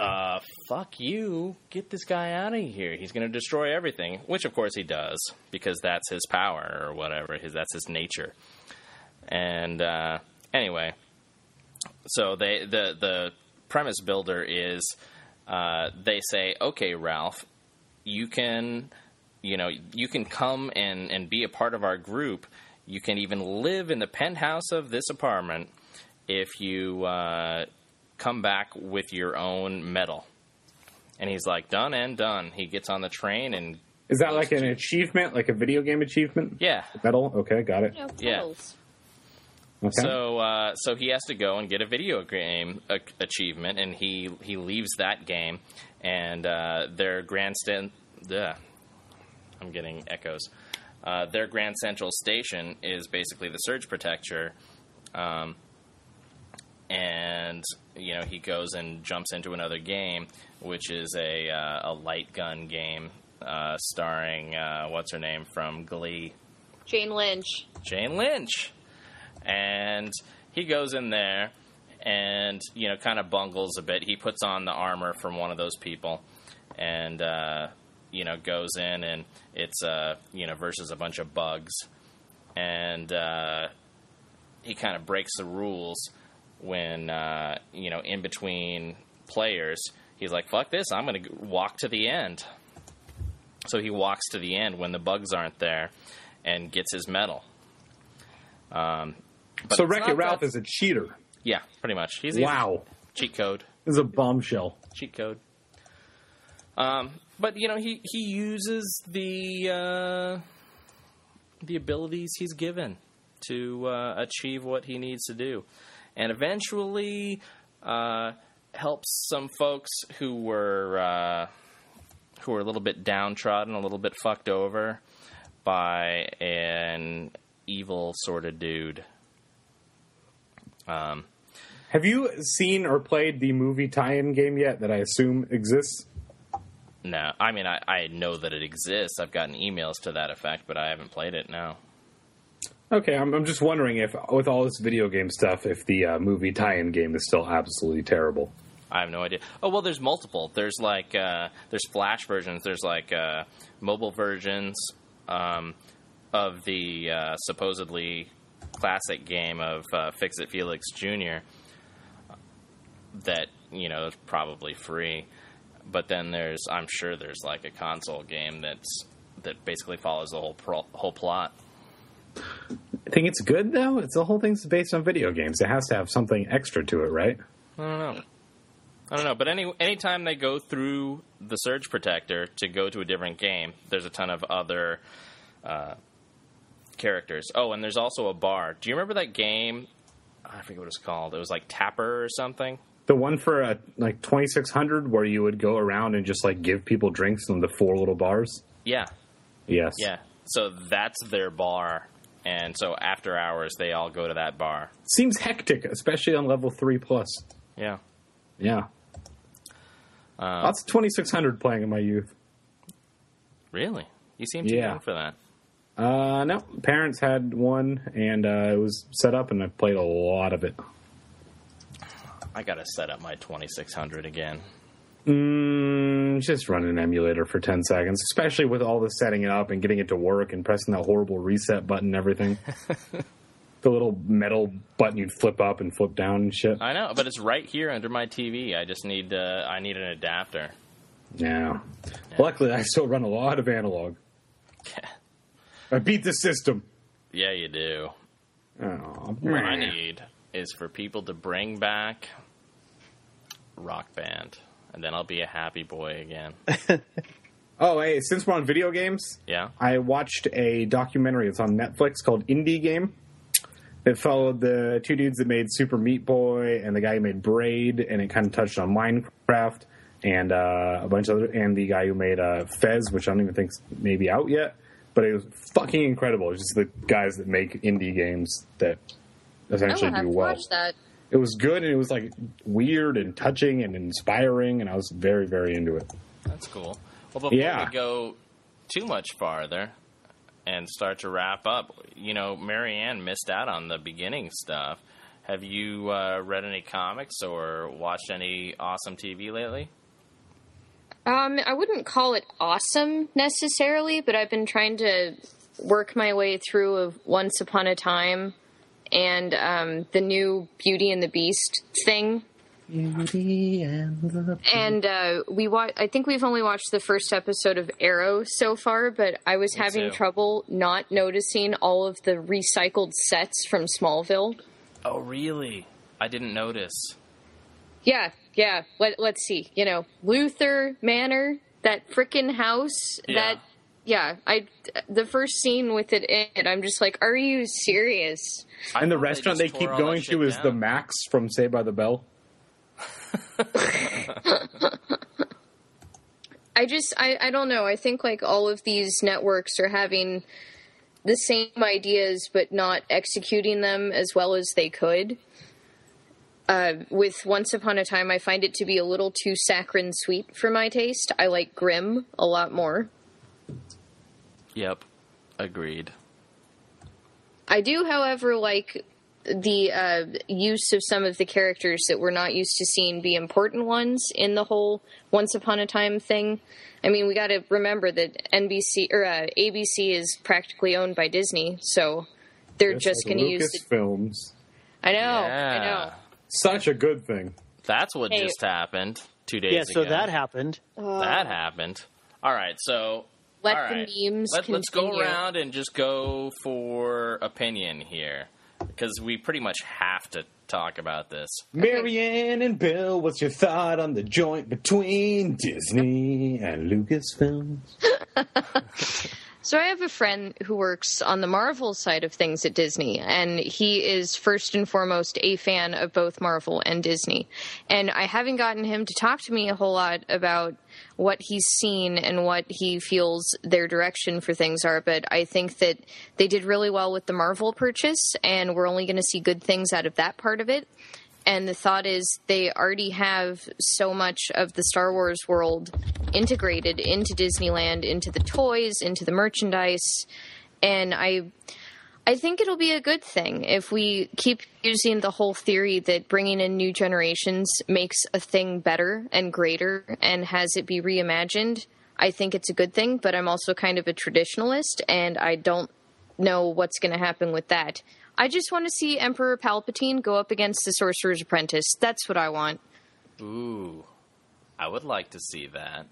uh, fuck you, get this guy out of here. He's going to destroy everything, which of course he does because that's his power or whatever. His that's his nature. And uh, anyway, so they the the premise builder is uh, they say, okay, Ralph, you can you know you can come and and be a part of our group. You can even live in the penthouse of this apartment if you uh, come back with your own medal. And he's like, done and done. He gets on the train and
Is that like an achievement, like a video game achievement?
yeah,
Medal? Okay, got it.
No
Yeah.
puddles.
Okay.
So uh, so he has to go and get a video game a- achievement, and he he leaves that game, and uh, their Grand Sten- Ugh. I'm getting echoes. Uh, their Grand Central Station is basically the surge protector, um, and you know he goes and jumps into another game, which is a uh, a light gun game uh, starring uh, what's her name from Glee.
Jane Lynch.
Jane Lynch. And he goes in there and, you know, kind of bungles a bit. He puts on the armor from one of those people and, uh, you know, goes in and it's, uh, you know, versus a bunch of bugs. And uh, he kind of breaks the rules when, uh, you know, in between players, he's like, fuck this, I'm going to walk to the end. So he walks to the end when the bugs aren't there and gets his medal. But
So
it's
Wreck It
not
Ralph
that-
is a cheater.
Yeah, pretty much. He's he's-
Wow.
cheat code,
This is a bombshell.
cheat code. Um, but you know he he uses the uh, the abilities he's given to uh, achieve what he needs to do, and eventually uh, helps some folks who were uh, who were a little bit downtrodden, a little bit fucked over by an evil sort of dude.
Have you seen or played the movie tie-in game yet that I assume exists?
No, I mean I, I know that it exists. I've gotten emails to that effect, but I haven't played it. No,
Okay, I'm, I'm just wondering if, with all this video game stuff, if the uh, movie tie-in game is still absolutely terrible.
I have no idea. Oh well, there's multiple. There's like uh, there's flash versions. There's like uh, mobile versions um, of the uh, supposedly classic game of uh, Fix It Felix Jr. That you know is probably free, but then there's I'm sure there's like a console game that's that basically follows the whole pro- whole plot.
I think it's good though. It's the whole thing's based on video games. It has to have something extra to it, right?
I don't know, but any anytime they go through the surge protector to go to a different game, there's a ton of other uh, characters. Oh, and there's also a bar. Do you remember that game? I forget what it's called. It was like Tapper or something.
The one for uh, like 2600, where you would go around and just like give people drinks in the four little bars.
Yeah,
Yes.
yeah. So that's their bar, and so after hours they all go to that bar.
Seems hectic, especially on level three plus.
Yeah.
Yeah. Lots of 2600 playing in my youth.
Really? You seem too
Yeah.
young for that.
Uh, no, parents had one, and uh, it was set up, and I played a lot of it.
I gotta set up my 2600 again.
Mm, just run an emulator for 10 seconds, especially with all the setting it up and getting it to work and pressing that horrible reset button and everything. the little metal button you'd flip up and flip down and shit.
I know, but it's right here under my TV. I just need uh, I need an adapter. *laughs*
Yeah. Luckily, I still run a lot of analog. I beat the system.
Yeah, you do.
Oh,
What I need is for people to bring back Rock Band, and then I'll be a happy
*laughs*
boy again.
oh, hey, since we're on video games,
Yeah?
I watched a documentary. It's on Netflix called Indie Game. It followed the two dudes that made Super Meat Boy and the guy who made Braid, and it kind of touched on Minecraft and uh, a bunch of other, and the guy who made uh, Fez, which I don't even think's maybe out yet. But it was fucking incredible. It's just the guys that make indie games that
I will
essentially
have
do
to
well.
watch that.
it was good and it was like weird and touching and inspiring and I was very very into it.
That's cool. Well, before
Yeah.
we go too much farther and start to wrap up, you know, Marianne missed out on the beginning stuff. Have you uh, read any comics or watched any awesome TV lately?
Um, I wouldn't call it awesome necessarily, but I've been trying to work my way through of Once Upon a Time and um, the new Beauty and the Beast thing. Beauty and the and uh, we wa- I think we've only watched the first episode of Arrow so far, but I was having
too.
trouble not noticing all of the recycled sets from Smallville.
Oh, really? I didn't notice.
Yeah, yeah. Let, let's see. You know, Luther Manor, that frickin' house.
Yeah.
That, yeah. I the first scene with it in it, I'm just like, are you serious?
I
And the
thought
restaurant
just
they, keep
tore all that
going
shit
to is the
down.
Max from Say by the Bell.
I just, I, I don't know. I think like all of these networks are having the same ideas, but not executing them as well as they could. Uh, with Once Upon a Time, I find it to be a little too saccharine sweet for my taste. I like grim a lot more.
Yep. Agreed.
I do, however, like the uh, use of some of the characters that we're not used to seeing be important ones in the whole Once Upon a Time thing. I mean, we got to remember that NBC or uh, ABC is practically owned by Disney, so they're just going to use. The,
Films.
I know, I
Yeah.
know.
Such a good thing.
That's what
Hey.
just happened two days
Yeah,
ago.
so that happened.
that happened. All right, so
Let
all
the
right.
memes
Let, let's go
continue.
around and just go for opinion here because we pretty much have to talk about this.
Marianne and Bill, what's your thought on the joint between Disney and Lucasfilms?
So I have a friend who works on the Marvel side of things at Disney, and he is first and foremost a fan of both Marvel and Disney. And I haven't gotten him to talk to me a whole lot about what he's seen and what he feels their direction for things are, but I think that they did really well with the Marvel purchase, and we're only going to see good things out of that part of it. And the thought is they already have so much of the Star Wars world integrated into Disneyland, into the toys, into the merchandise. And I I think it'll be a good thing if we keep using the whole theory that bringing in new generations makes a thing better and greater and has it be reimagined. I think it's a good thing, but I'm also kind of a traditionalist and I don't know what's going to happen with that. I just want to see Emperor Palpatine go up against the Sorcerer's Apprentice. That's what I want.
Ooh, I would like to see that.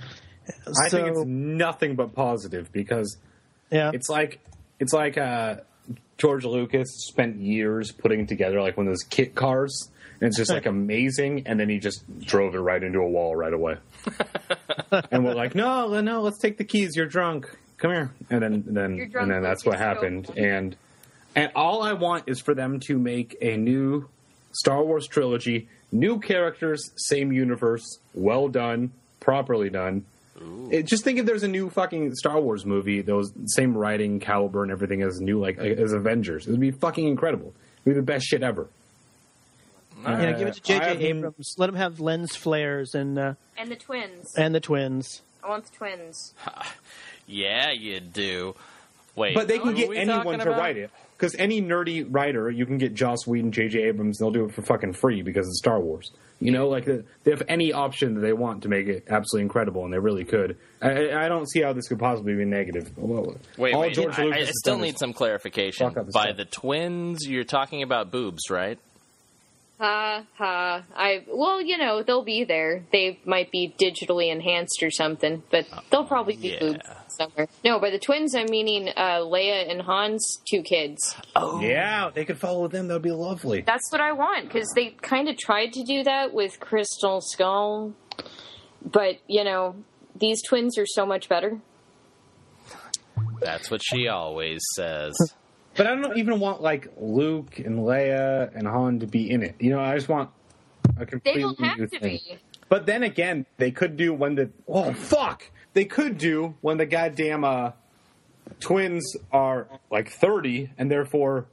I think it's
So-
nothing but positive because
Yeah.
it's like it's like uh, George Lucas spent years putting together like one of those kit cars, and it's just like amazing. And then he just drove it right into a wall right away. and we're like, no, le- no, let's take the keys. You're drunk. Come here. And then and
You're
then
drunk,
and then that's what
Lucas, go.
happened. And and all I want is for them to make a new Star Wars trilogy, new characters, same universe, well done, properly done. It- just think if there's a new fucking Star Wars movie, those same writing caliber and everything as new, like as Avengers, it would be fucking incredible. It'd be the best shit ever.
yeah, give it to J.J.
I have-
Abrams. Let him have lens flares and uh,
And the twins.
and the twins.
I want the twins.
Yeah, you do. Wait,
But they
what
can
were
get
we
anyone
talking
to
about?
write it because any nerdy writer, you can get Joss Whedon, J.J. Abrams, they'll do it for fucking free because it's Star Wars. You know, like uh, they have any option that they want to make it absolutely incredible, and they really could. I, I- I don't see how this could possibly be negative. Well,
Wait,
all
wait,
George
I, I-
Lucas
I
has
still
done is-
need some clarification.
Fuck up the
By
stuff.
the twins, you're talking about boobs, right?
Ha ha. I well, you know, they'll be there. They might be digitally enhanced or something, but they'll probably be
yeah.
boobs somewhere. No, by the twins I'm meaning uh Leia and Han's two kids.
Yeah, they could follow them. That'd be lovely.
That's what I want cuz they kind of tried to do that with Crystal Skull. But, you know, these twins are so much better.
That's what
*laughs*
she always says.
But I don't even want like Luke and Leia and Han to be in it. You know, I just want a
They
completely
don't have
new
to
thing.
be.
But then again, they could do when the oh fuck, they could do when the goddamn uh, twins are like thirty and therefore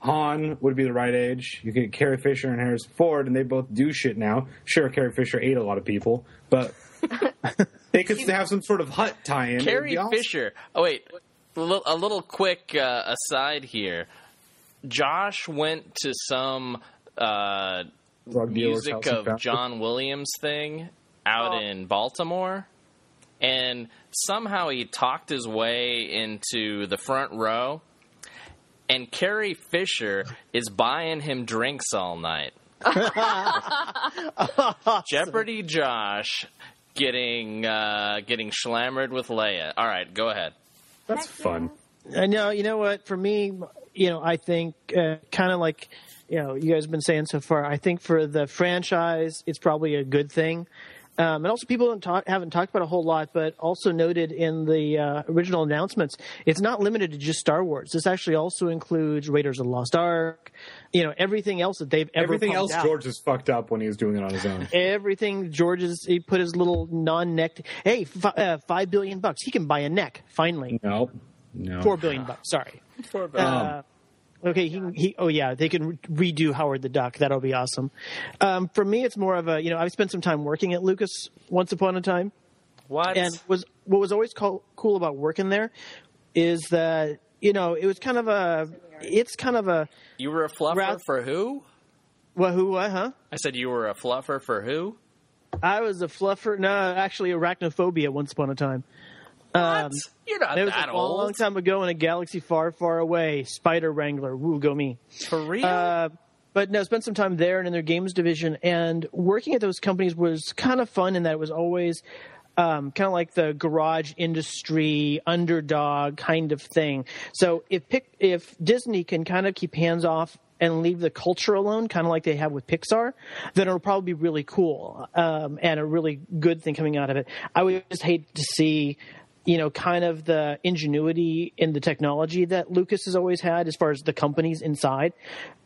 Han would be the right age. You get Carrie Fisher and Harrison Ford, and they both do shit now. Sure, Carrie Fisher ate a lot of people,
*laughs*
but they could have some sort of hut tie-in. It would
Carrie
be awesome.
Fisher. Oh wait, a little, a little quick uh, aside here. Josh went to some uh,
Drug dealer's house
music
in
of
Fountain.
John Williams thing out in Baltimore, and somehow he talked his way into the front row. And Carrie Fisher is buying him drinks all
*laughs*
night. Jeopardy Josh getting uh, getting slammered with Leia. All right, go ahead.
That's fun.
I know. Uh, You know what? For me, you know, I think uh, kind of like you know you guys have been saying so far. I think for the franchise, it's probably a good thing. Um, and also, people don't talk, haven't talked about a whole lot, but also noted in the uh, original announcements, it's not limited to just Star Wars. This actually also includes Raiders of the Lost Ark, you know, everything else that they've ever
Everything else
pumped out.
George is fucked up when he was doing it on his *laughs* own.
everything George's he put his little non-necked. Hey, fi- uh, five billion bucks, he can buy a neck finally.
no, no.
Oh,
Four billion bucks, sorry. Uh, okay, he, he. Oh yeah, they can re- redo Howard the Duck. That'll be awesome. Um, for me, it's more of a you know I've spent some time working at Lucas once upon a time,
What?
and was what was always co- cool about working there is that you know it was kind of a it's kind of a
you were a fluffer
Ralph-
for who?
well who what huh
I said you were a fluffer for who?
I was a fluffer no actually arachnophobia once upon a time.
what? You're not
It Um, was
that
a
old.
long time ago in a galaxy far, far away. Spider Wrangler, woo go me.
For real?
Uh, but no, spent some time there and in their games division. And working at those companies was kind of fun in that it was always um, kind of like the garage industry underdog kind of thing. So if Pic- if Disney can kind of keep hands off and leave the culture alone, kind of like they have with Pixar, then it'll probably be really cool um, and a really good thing coming out of it. I would just hate to see you know, kind of the ingenuity in the technology that Lucas has always had, as far as the companies inside,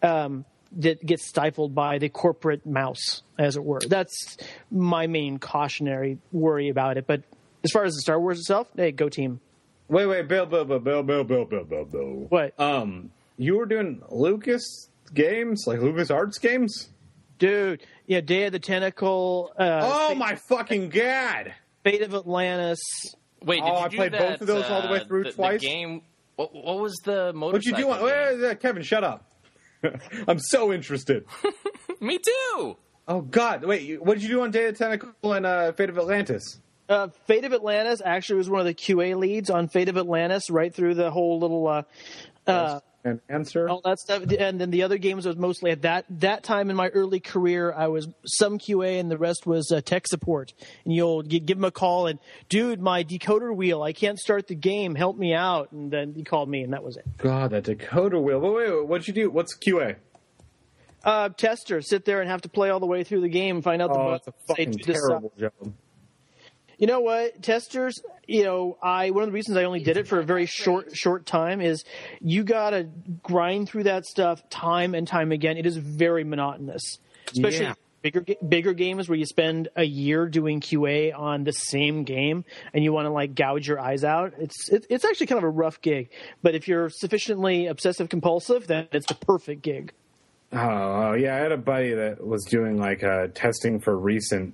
um, that gets stifled by the corporate mouse, as it were. That's my main cautionary worry about it. But as far as the Star Wars itself, hey, go team.
Wait, wait, Bill, Bill, Bill, Bill, Bill, Bill, Bill, Bill, Bill.
What,
Um, you were doing Lucas games, like Lucas Arts games.
dude? Yeah, Day of the Tentacle, uh,
Oh my fucking god!
Fate of Atlantis.
Wait, did
oh,
you
I
do
played both
that,
of those all the way
uh,
through
the,
twice?
The game. What, what was the
What'd you
motorcycle?
do? On,
game?
wait, wait, wait, Kevin, shut up. *laughs* I'm so interested.
*laughs* Me too.
Oh god, wait, you- what did you do on Day of the Tentacle and uh, Fate of Atlantis?
Uh, Fate of Atlantis actually was one of the QA leads on Fate of Atlantis, right through the whole little. Uh, uh,
And answer.
all that stuff. And then the other games was mostly at that that time in my early career. I was some QA and the rest was uh, tech support. And you'll you give them a call and, dude, my decoder wheel, I can't start the game. Help me out. And then he called me, and that was it.
God, that Dakota wheel. Wait, wait, wait, what'd you do? What's QA?
Uh, tester, sit there and have to play all the way through the game, find out the
Oh,
bugs,
it's a
say,
fucking
"This sucks."
terrible job.
You know what, testers? You know, I one of the reasons I only did it for a very short short time is you gotta grind through that stuff time and time again. It is very monotonous, especially
Yeah.
bigger ga- bigger games where you spend a year doing QA on the same game and you want to like gouge your eyes out. It's it, it's actually kind of a rough gig, but if you're sufficiently obsessive compulsive, then it's the perfect gig.
Oh yeah, I had a buddy that was doing like uh, testing for recent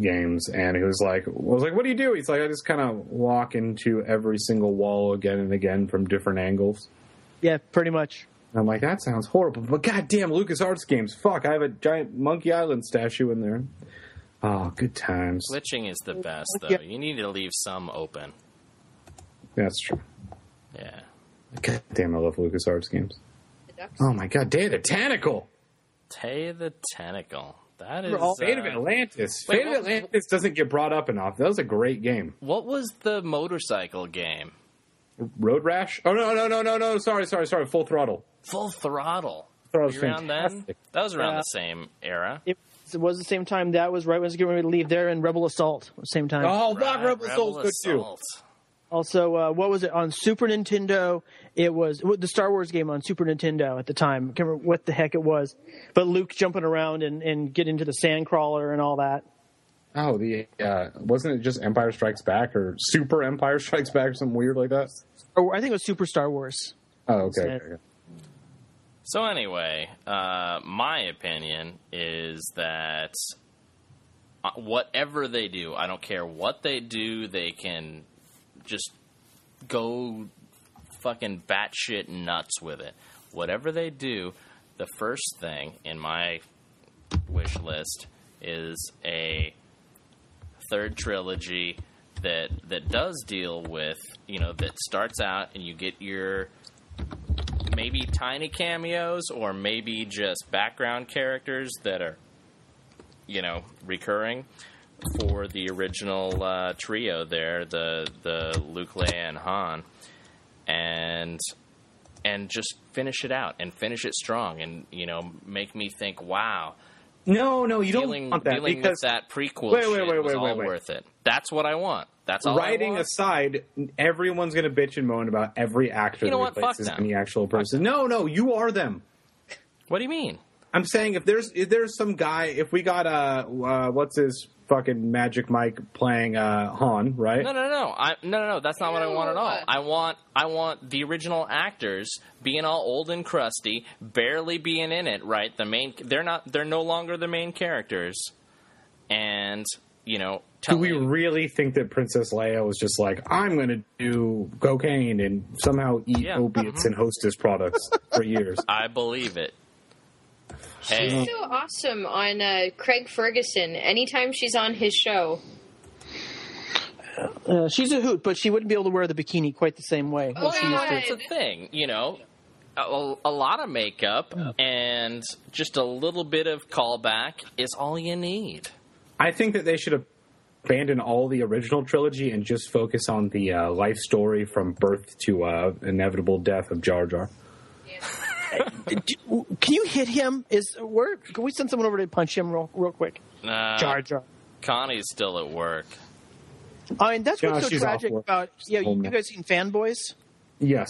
games, and he was like, I "Was like, what do you do?" He's like, "I just kind of walk into every single wall again and again from different angles."
Yeah, pretty much.
And I'm like, "That sounds horrible," but goddamn, LucasArts games, fuck! I have a giant Monkey Island statue in there. Oh, good times.
Glitching is the best, though.
Yeah.
You need to leave some open.
That's true.
Yeah.
God damn, I love LucasArts games. Oh my god, Day of the Tentacle,
Tay the Tentacle. That is.
We're all-
Fate of
uh,
Atlantis.
wait,
Fate of
what-
Atlantis doesn't get brought up enough. That was a great game.
what was the motorcycle game?
Road Rash? Oh no no no no no! Sorry sorry sorry! Full Throttle.
Full Throttle.
Throttle's
Were you around then?
fantastic.
That was around
Yeah.
the same era.
It, it was the same time that was right when I was getting ready to leave there and Rebel Assault. Same time.
Oh, Rob
Right,
Rebel Soul's good too.
Assault.
Also, uh, what was it on Super Nintendo? It was the Star Wars game on Super Nintendo at the time. I can't remember what the heck it was, but Luke jumping around and, and get into the sandcrawler and all that.
Oh, the uh, wasn't it just Empire Strikes Back or Super Empire Strikes Back or something weird like that?
Or I think it was Super Star Wars.
Oh, okay.
Yeah.
okay, okay.
So anyway, uh, my opinion is that uh, whatever they do, I don't care what they do, they can just go fucking batshit nuts with it. Whatever they do, the first thing in my wish list is a third trilogy that that does deal with you know that starts out and you get your maybe tiny cameos or maybe just background characters that are you know recurring for the original uh, trio there the the Luke Leia and Han and and just finish it out and finish it strong and you know make me think wow
No, no, you
dealing
don't want that
dealing
because
with that prequel
Wait, wait,
shit
wait,
was
wait,
all
wait, wait.
worth it. That's what I want. That's all I
writing
want.
aside, everyone's going to bitch and moan about every actor
You know
that
what? Fuck
replaces
them.
any actual person. No, no, you are them.
what do you mean?
I'm saying if there's if there's some guy, if we got uh, uh what's his fucking Magic Mike playing uh Han, right?
No, no, no, I, no, no, no. That's not what I want at all. I want, I want the original actors being all old and crusty, barely being in it. Right? The main, they're not, they're no longer the main characters, and you know,
Do
telling,
we really think that Princess Leia was just like, I'm going to do cocaine and somehow eat
Yeah. Mm-hmm.
opiates and hostess products for years?
I believe it. Hey,
She's so awesome on uh, Craig Ferguson. Anytime she's on his show,
Uh, she's a hoot, but she wouldn't be able to wear the bikini quite the same way.
Oh,
as she
yeah.
used to.
that's the thing, you know. A, a lot of makeup and just a little bit of callback is all you need.
I think that they should abandon all the original trilogy and just focus on the uh, life story from birth to uh, inevitable death of Jar Jar.
Uh, Do- Can you hit him? Is where? Can we send someone over to punch him real, real quick?
Uh,
Jar Jar.
Connie's still at work.
I mean, that's
Yeah,
what's so
she's
tragic
awful.
about. Yeah, you,
Oh, man.
you guys seen Fanboys?
Yes.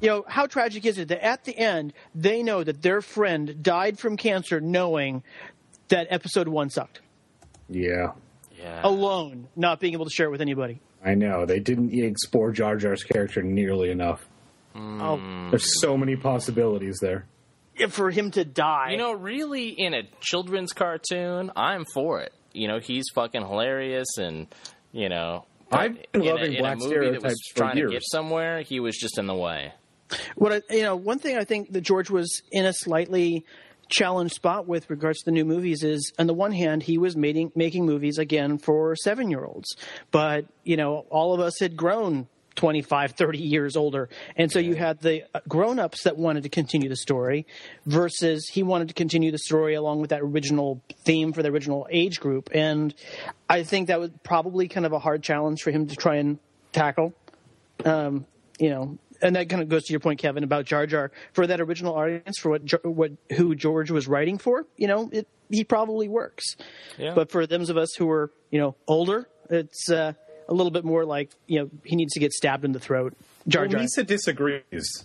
You know how tragic is it that at the end they know that their friend died from cancer, knowing that episode one sucked
Yeah.
Yeah.
alone, not being able to share it with anybody.
I know. They didn't explore Jar Jar's character nearly enough.
Hmm.
Oh,
There's so many possibilities there.
if for him to die.
You know, really, in a children's cartoon, I'm for it. You know, he's fucking hilarious, and you know, but
I've been
in a-
loving
in a,
black
movie that was
stereotypes for
trying to get
years.
somewhere. He was just in the way.
What I, you know, one thing I think that George was in a slightly challenged spot with regards to the new movies is, on the one hand, he was making making movies again for seven year olds, but you know, all of us had grown. 25 30 years older and so you had the uh, grown-ups that wanted to continue the story versus he wanted to continue the story along with that original theme for the original age group and i think that was probably kind of a hard challenge for him to try and tackle you know, and that kind of goes to your point, Kevin, about Jar Jar for that original audience for what Jar- what who George was writing for. You know, it he probably works,
Yeah.
but for those of us who are you know older, it's uh, a little bit more like you know he needs to get stabbed in the throat. Jar
Well,
Jar.
Lisa disagrees.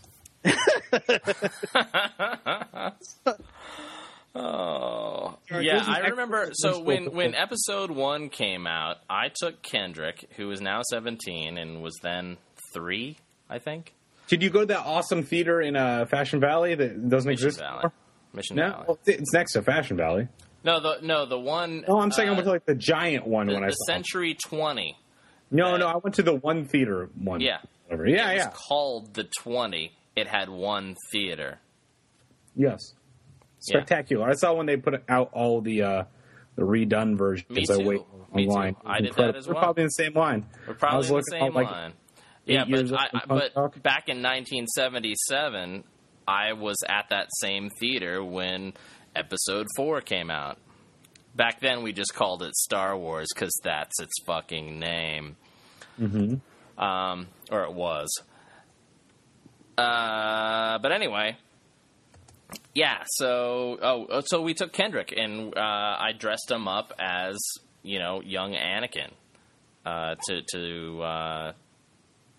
Oh, yeah.
this is
I
*laughs*
ex-
remember. So when when episode one came out, I took Kendrick, who is now 17 and was then three, I think.
Did you go to that awesome theater in uh, Fashion Valley that doesn't
Mission
exist?
Valley.
anymore?
Mission
No,
Valley.
well, it's next to Fashion Valley.
No, the no the one.
Oh, I'm saying I
uh,
went to like the giant one
the,
when I
the
saw. it.
Century 20.
No, no, I went to the one theater one.
Yeah.
Whatever. Yeah,
It was
yeah.
called the 20. It had one theater.
Yes.
Yeah.
Spectacular. I saw when they put out all the uh, the redone versions.
Me
I
too.
wait
Me too.
online.
I
It's
did that
incredible.
as
We're
well.
probably in the same line.
We're
I
probably
was
in the
looking
same
up, like,
line.
eight
Yeah,
years old
but I,
and
I-
punk
but
rock.
back in 1977, I was at that same theater when Episode Four came out. Back then, we just called it Star Wars because that's its fucking name.
Mm-hmm.
Um, or it was. Uh, but anyway, yeah. So oh, so we took Kendrick and uh, I dressed him up as you know young Anakin uh, to to uh,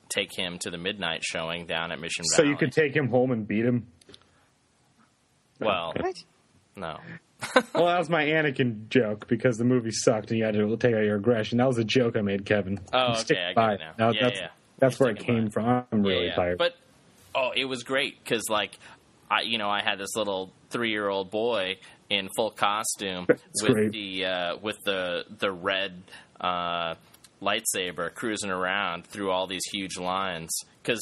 take him to the midnight showing down at Mission
So
Valley.
you could take him home and beat
*laughs*
him. *laughs*
well, no.
Well, that was my Anakin joke because the movie sucked and you had to take out your aggression. That was a joke I made, Kevin.
Oh,
I'm
okay,
sticking
I got
by
it now.
That-
Yeah,
that's
yeah.
that's
You're
where it
sticking by
came
it.
from. I'm really
yeah, yeah.
tired.
But oh, it was great because like I, you know, I had this little three-year-old boy in full costume
That's
with
great.
the uh, with the the red uh, lightsaber cruising around through all these huge lines because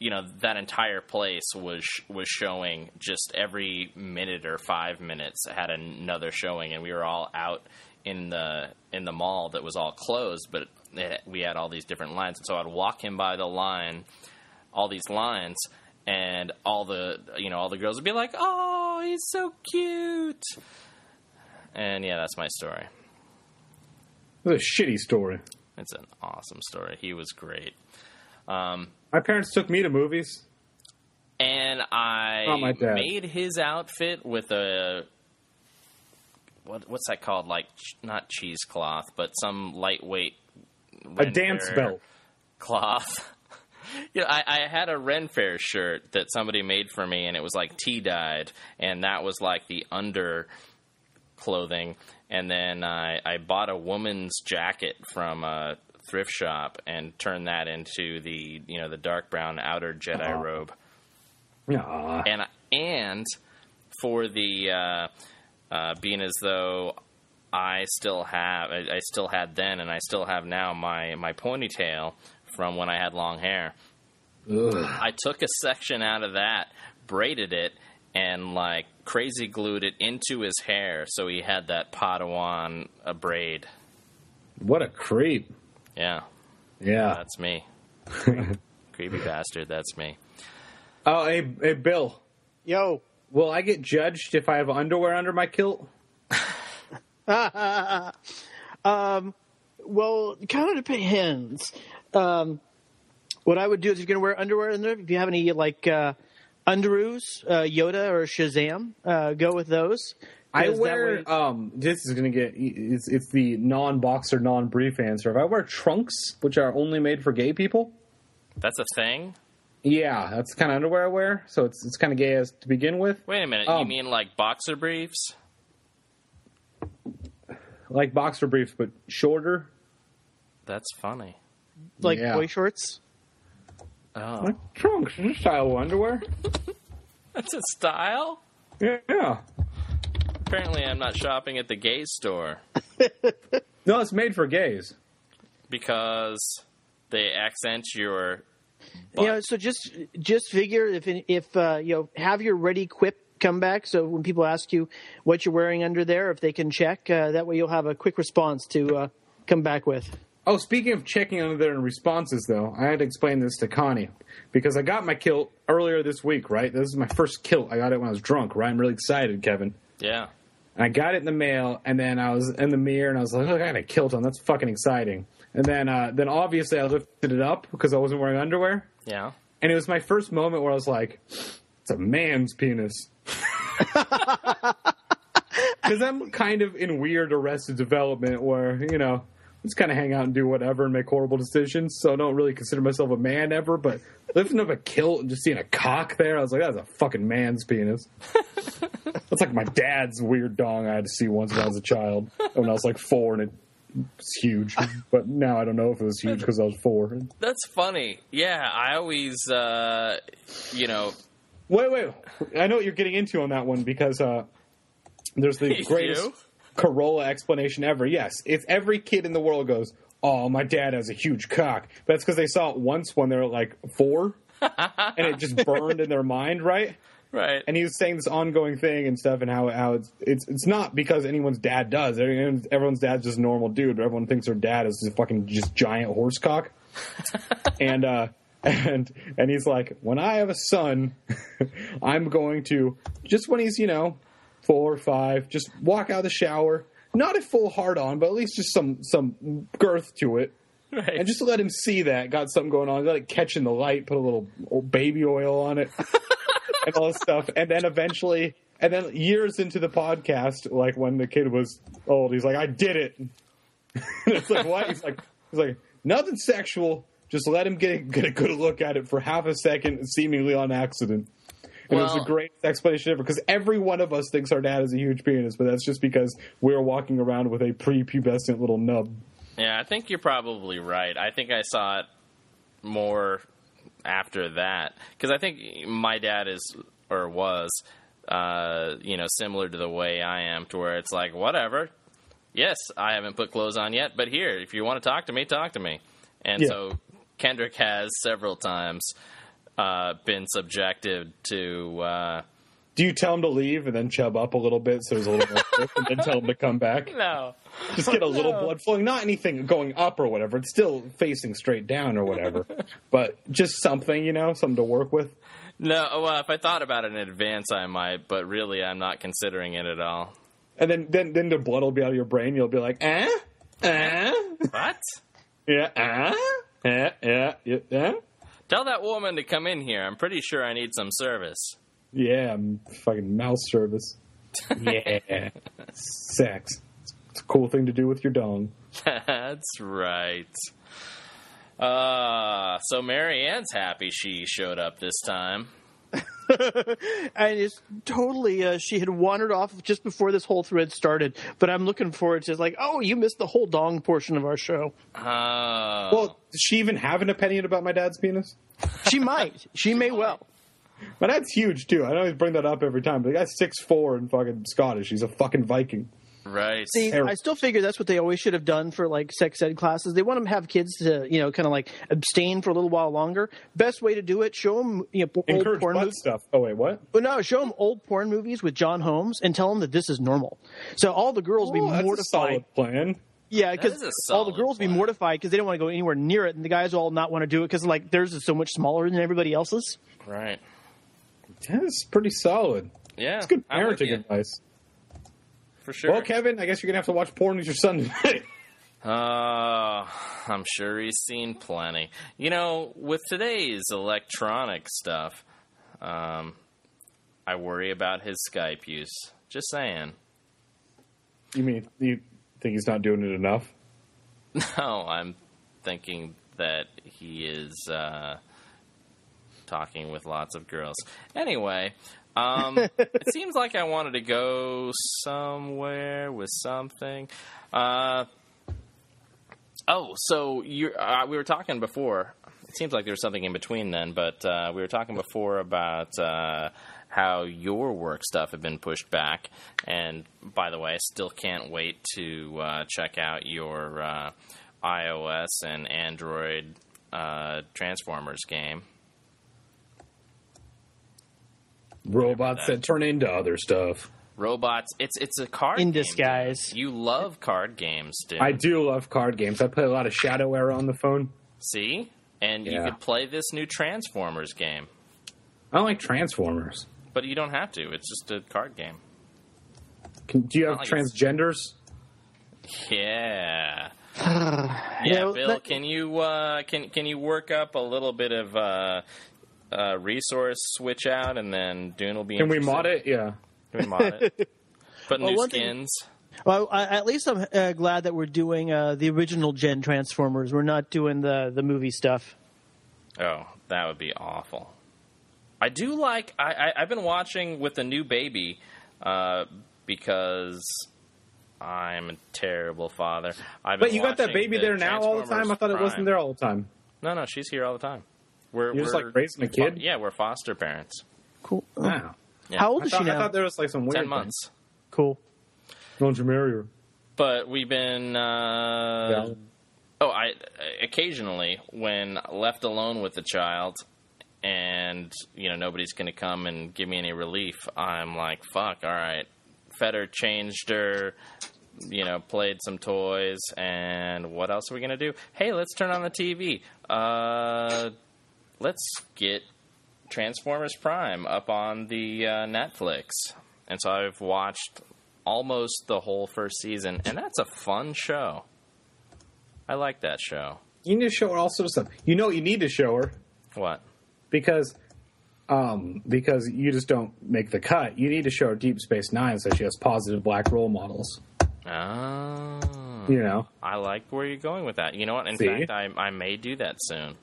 you know that entire place was was showing just every minute or five minutes had another showing, and we were all out in the in the mall that was all closed, but it, we had all these different lines, and so I'd walk him by the line all these lines and all the you know all the girls would be like oh he's so cute and yeah that's my story
It's a shitty story.
it's an awesome story he was great
My parents took me to movies.
and i
Not my dad.
made his outfit with a what, what's that called like ch- not cheesecloth but some lightweight
a dance
render
belt.
cloth. *laughs* yeah, I, I had a Ren Fair shirt that somebody made for me, and it was like tea dyed, and that was like the under clothing. And then I, I bought a woman's jacket from a thrift shop and turned that into the you know the dark brown outer Jedi
Aw.
robe.
Aw.
And and for the uh, uh, being as though I still have I, I still had then and I still have now my my ponytail from when I had long hair.
Ugh.
I took a section out of that, braided it, and like crazy glued it into his hair, so he had that Padawan uh, braid.
What a creep.
Yeah,
Yeah. *laughs*
that's me. Creepy bastard, that's me.
Oh, hey, hey, Bill.
Yo.
Will I get judged if I have underwear under my kilt?
Well, it kind of depends. Um, what I would do is if you're going to wear underwear in there, if you have any like uh, underoos, uh, Yoda or Shazam, uh, go with those.
I
'Cause that
wear.
way-
um, this is gonna get. It's, it's the non-boxer, non-brief answer. If I wear trunks, which are only made for gay people,
That's a thing.
yeah, that's the kind of underwear I wear. So it's it's kind of gay as to begin with.
Wait a minute, you
Um,
mean like boxer briefs?
Like boxer briefs, but shorter.
That's funny.
like
yeah.
boy shorts.
Oh,
Like trunks, is a style of underwear.
that's a style.
Yeah.
Apparently, I'm not shopping at the gay store
No, it's made for gays.
because they accent your.
You know, so just just figure if if uh, you know have your ready quip come back. So when people ask you what you're wearing under there, if they can check, uh, that way you'll have a quick response to uh, come back with.
Oh, speaking of checking under there and responses, though, I had to explain this to Connie because I got my kilt earlier this week, right? This is my first kilt. I got it when I was drunk, right? I'm really excited, Kevin.
Yeah,
And I got it in the mail, and then I was in the mirror and I was like, look, I got a kilt on. That's fucking exciting. And then, uh, then obviously I lifted it up because I wasn't wearing underwear.
yeah.
And it was my first moment where I was like, it's a man's penis. Because I'm kind of in weird arrested development where, you know, I just kind of hang out and do whatever and make horrible decisions. So I don't really consider myself a man ever. But lifting up a kilt and just seeing a cock there, I was like, that's a fucking man's penis. that's like my dad's weird dong I had to see once when I was a child. When I was like four and it was huge. But now I don't know if it was huge because I was four.
That's funny. Yeah, I always, uh, you know,
Wait, wait. I know what you're getting into on that one because uh, there's the
You?
greatest Corolla explanation ever. Yes, if every kid in the world goes, "Oh, my dad has a huge cock," but that's because they saw it once when they were like four, and it just burned in their mind, right?
right?
And he was saying this ongoing thing and stuff, and how how it's it's, it's not because anyone's dad does. Everyone's, everyone's dad's just a normal dude, but everyone thinks their dad is a fucking just giant horse cock. and uh, and and he's like, when I have a son, *laughs* I'm going to just when he's you know four or five, just walk out of the shower, not a full hard on, but at least just some some girth to it.
Right.
And just to let him see that got something going on, let it catch in the light, put a little old baby oil on it, and all this stuff, and then eventually, and then years into the podcast, like when the kid was old, he's like, "I did it." *laughs* And it's like what? He's like, he's like, nothing sexual. Just let him get a, get a good look at it for half a second, seemingly on accident. And it was
Well-
the greatest explanation ever because every one of us thinks our dad is a huge penis, but that's just because we're walking around with a prepubescent little nub.
yeah, I think you're probably right. I think I saw it more after that because I think my dad is or was, uh, you know, similar to the way I am, to where it's like, whatever. Yes, I haven't put clothes on yet, but here, if you want to talk to me, talk to me. And
Yeah.
so Kendrick has several times uh, been subjected to. Uh,
Do you tell him to leave and then chub up a little bit so there's a little
*laughs*
more grip and then tell him to come back?
no.
Just get a little blood flowing, not anything going up or whatever. It's still facing straight down or
*laughs*
whatever, but just something, you know, something to work with.
No, well, if I thought about it in advance, I might, but really, I'm not considering it at all.
And then, then, then the blood will be out of your brain. You'll be like, eh, eh,
What?
yeah, eh, eh, yeah, yeah, eh?
Tell that woman to come in here. I'm pretty sure I need some service. *laughs*
yeah. m- Fucking mouth service. Yeah, sex. It's a cool thing to do with your dong.
That's right. Uh, so Mary Ann's happy she showed up this time.
*laughs* and it's totally uh, she had wandered off just before this whole thread started. But I'm looking forward to like, oh, you missed the whole dong portion of our show.
Uh,
Well, does she even have an opinion about my dad's penis?
She might, she may well.
My dad's huge too. I always bring that up every time. But the guy's six four and fucking Scottish. He's a fucking Viking.
right.
See,
Terrible.
I still figure that's what they always should have done for like sex ed classes. They want them to have kids to you know kind of like abstain for a little while longer. Best way to do it: show them you know, old
Encourage
porn
butt
movies.
stuff. Oh wait, what?
Well, no, show them old porn movies with John Holmes and tell them that this is normal. So all the girls
Oh,
be
that's a
mortified.
solid plan.
Yeah,
That is
because
a
all the
solid
girls be
plan.
mortified because they don't want to go anywhere near it, and the guys all not want to do it because like theirs is so much smaller than everybody else's.
Right.
That's pretty solid.
Yeah.
That's good
I'm with
parenting
you,
advice.
For sure.
Well, Kevin, I guess you're gonna have to watch porn with your son tonight. *laughs*
Uh, I'm sure he's seen plenty. You know, with today's electronic stuff, um, I worry about his Skype use. Just saying.
you mean you think he's not doing it enough?
No, Oh, I'm thinking that he is uh, talking with lots of girls. Anyway, um, it seems like I wanted to go somewhere with something. Uh, oh, so you uh, we were talking before. It seems like there was something in between then, but uh, we were talking before about uh, how your work stuff had been pushed back. And by the way, I still can't wait to uh, check out your uh, iOS and Android uh, Transformers game.
Robots that turn into other stuff.
Robots, it's it's a card
In
game,
disguise.
dude. You love card games, dude.
I do love card games. I play a lot of Shadow Era on the phone.
See, and you
Yeah.
could play this new Transformers game,
I like Transformers.
but you don't have to. It's just a card game.
Can, do you have
like it.
transgenders?
*sighs*
Yeah.
You
yeah,
know,
Bill,
that-
can you uh, can can you work up a little bit of uh, uh, resource switch out, and then Dune will be.
Can we
interested.
mod it? Yeah.
Can we mod
*laughs*
it? Put new
one thing-
skins.
Well, I, at least I'm uh, glad that we're doing uh, the original gen Transformers. We're not doing the the movie stuff.
Oh, that would be awful. I do like. I, I I've been watching with the new baby uh, because. I'm a terrible father. I've been
But you got that
watching
baby there now all the time. I
Transformers
thought it
Prime.
wasn't there all the time.
No, no, she's here all the time. We're
You're just,
we're-
like, raising a kid?
Yeah, we're foster parents.
Cool.
Wow.
Yeah.
How old
I
is
thought,
she now?
I thought there was like some weird
Ten
thing.
months.
cool.
Don't you marry her?
But we've been. Uh, Oh, I occasionally when left alone with the child, and you know nobody's going to come and give me any relief. I'm like, fuck. All right, fed her, changed her. You know, played some toys, and what else are we gonna do? Hey, let's turn on the TV. Uh, let's get Transformers Prime up on the uh, Netflix, and so I've watched almost the whole first season, and that's a fun show. I like that show.
You need to show her all sorts of stuff. You know what you need to show her
What?
because um because you just don't make the cut. You need to show her Deep Space Nine so she has positive black role models.
Oh,
You know?
I like where you're going with that. You know what? In
See?
fact, I I may do that soon.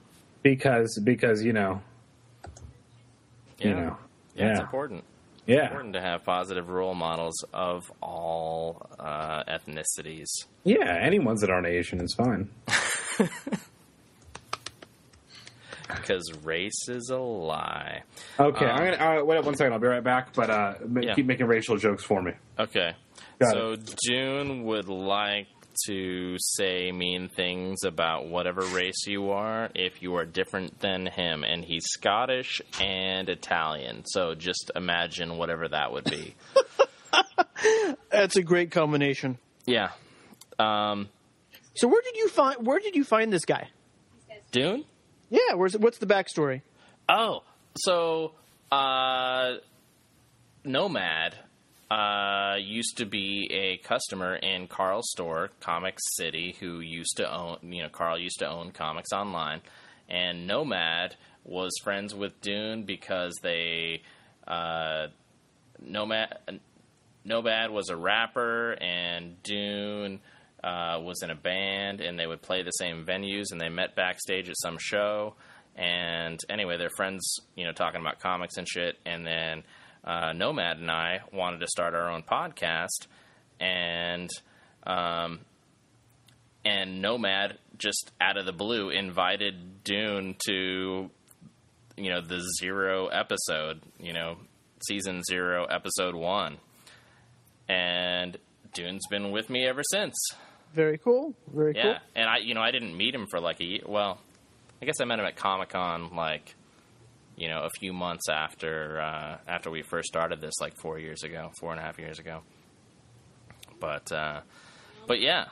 Because because you know
Yeah.
you know.
Yeah, it's
yeah.
important.
Yeah.
Important to have positive role models of all uh, ethnicities.
Yeah, any ones that aren't Asian is fine.
because race is a lie.
Okay, I'm gonna uh, wait up one second. I'll be right back. But uh, ma-
Yeah.
keep making racial jokes for me.
Okay.
Got
so June would like to say mean things about whatever race you are if you are different than him and he's Scottish and Italian. So just imagine whatever that
*laughs*
would be.
That's a great combination.
yeah. Um
So where did you find where did you find this guy?
Dune?
Yeah, where's what's the backstory?
Oh, so uh, Nomad uh, used to be a customer in Carl's store, Comics City, who used to own, you know, Carl used to own Comics Online, and Nomad was friends with Dune because they uh, Nomad Nomad was a rapper and Dune uh, was in a band, and they would play the same venues, and they met backstage at some show. And anyway, they're friends, you know, talking about comics and shit. And then uh, Nomad and I wanted to start our own podcast, and um, and Nomad just out of the blue invited Dune to you know the zero episode, you know, season zero, episode one and Dune's been with me ever since.
Very cool. Very
Yeah,
cool.
and I, you know, I didn't meet him for like a year. Well, I guess I met him at Comic Con, like, you know, a few months after uh, after we first started this, like four years ago, four and a half years ago. But, uh, but yeah,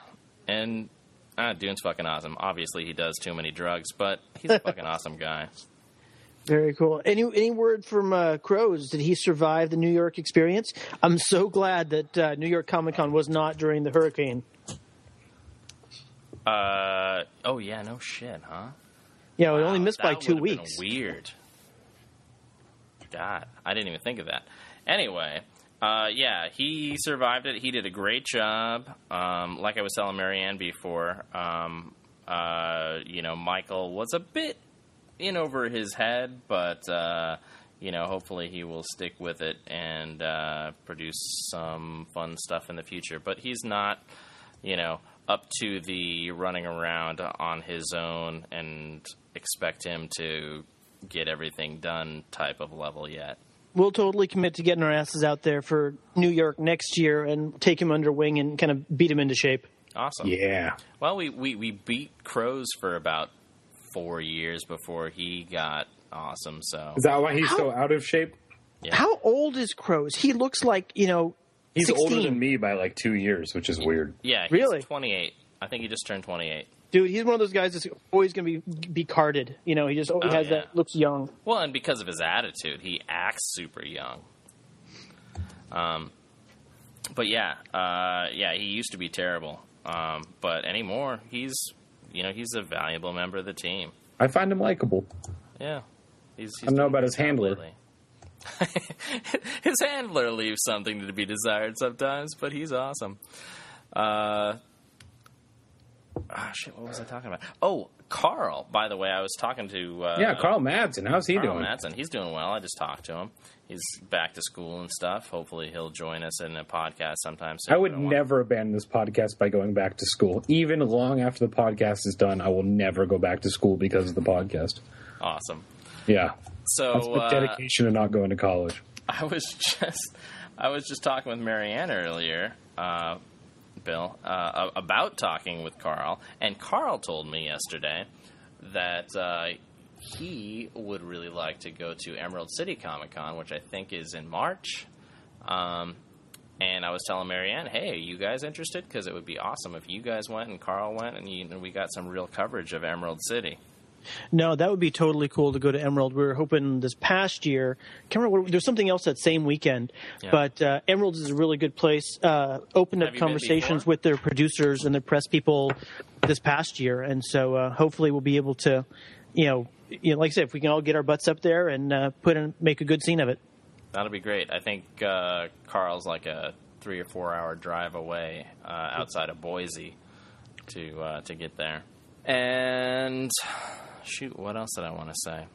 and uh, Dune's fucking awesome. Obviously, he does too many drugs, but he's a fucking awesome guy.
Very cool. Any any word from uh, Crows? Did he survive the New York experience? I'm so glad that uh, New York Comic Con was not during the hurricane.
Uh, oh yeah, no shit, huh?
Yeah, we
Wow,
only missed by
that
two
would've been
weeks.
weird. God, I didn't even think of that. Anyway, uh, yeah, he survived it. He did a great job. Um, like I was telling Marianne before, um, uh, you know, Michael was a bit in over his head, but uh, you know, hopefully he will stick with it and uh, produce some fun stuff in the future. But he's not, you know, up to the running around on his own and expect him to get everything done type of level yet.
We'll totally commit to getting our asses out there for New York next year and take him under wing and kind of beat him into shape.
Awesome.
Yeah.
Well, we, we, we beat Crows for about four years before he got awesome. So
Is that why he's so out of shape?
How old is Crows? He looks like you know.
He's
16.
older than me by like two years, which is weird.
yeah, he's
Really?
28. I think he just turned 28.
dude. He's one of those guys that's always going to be be carded. You know, he just always
Oh,
has
yeah.
that looks young.
Well, and because of his attitude, he acts super young. Um, but yeah, uh, yeah, he used to be terrible. Um, but anymore, he's you know he's a valuable member of the team.
I find him likable.
Yeah, he's. he's
I don't know
doing
about
a
his
good job
handler.
lately. *laughs* his handler leaves something to be desired sometimes, but he's awesome. Uh, ah, shit, what was I talking about? Oh, Carl. By the way, I was talking to uh,
yeah, Carl Madsen. How's he
Carl
doing?
Madsen. He's doing well. I just talked to him. He's back to school and stuff. Hopefully, he'll join us in a podcast sometime soon.
I would
But want-
never abandon this podcast by going back to school. Even long after the podcast is done, I will never go back to school because of the podcast.
Awesome.
Yeah.
So
That's the
uh,
dedication to not going to college.
*laughs* I was just I was just talking with Marianne earlier, uh, Bill, uh, a- about talking with Carl, and Carl told me yesterday that uh, he would really like to go to Emerald City Comic Con, which I think is in March. Um, and I was telling Marianne, "Hey, you guys interested? Because it would be awesome if you guys went and Carl went, and, you, and we got some real coverage of Emerald City."
No, that would be totally cool to go to Emerald. We were hoping this past year. Can't remember. what- There's something else that same weekend, but uh, Emerald is a really good place. Uh, opened
Have
up
you been
conversations
before?
with their producers and their press people this past year, and so uh, hopefully we'll be able to, you know, you know, like I said, if we can all get our butts up there and uh, put in, make a good scene of it.
That'll be great. I think uh, Carl's like a three or four hour drive away uh, outside of Boise to uh, to get there. And shoot, what else did I want to say?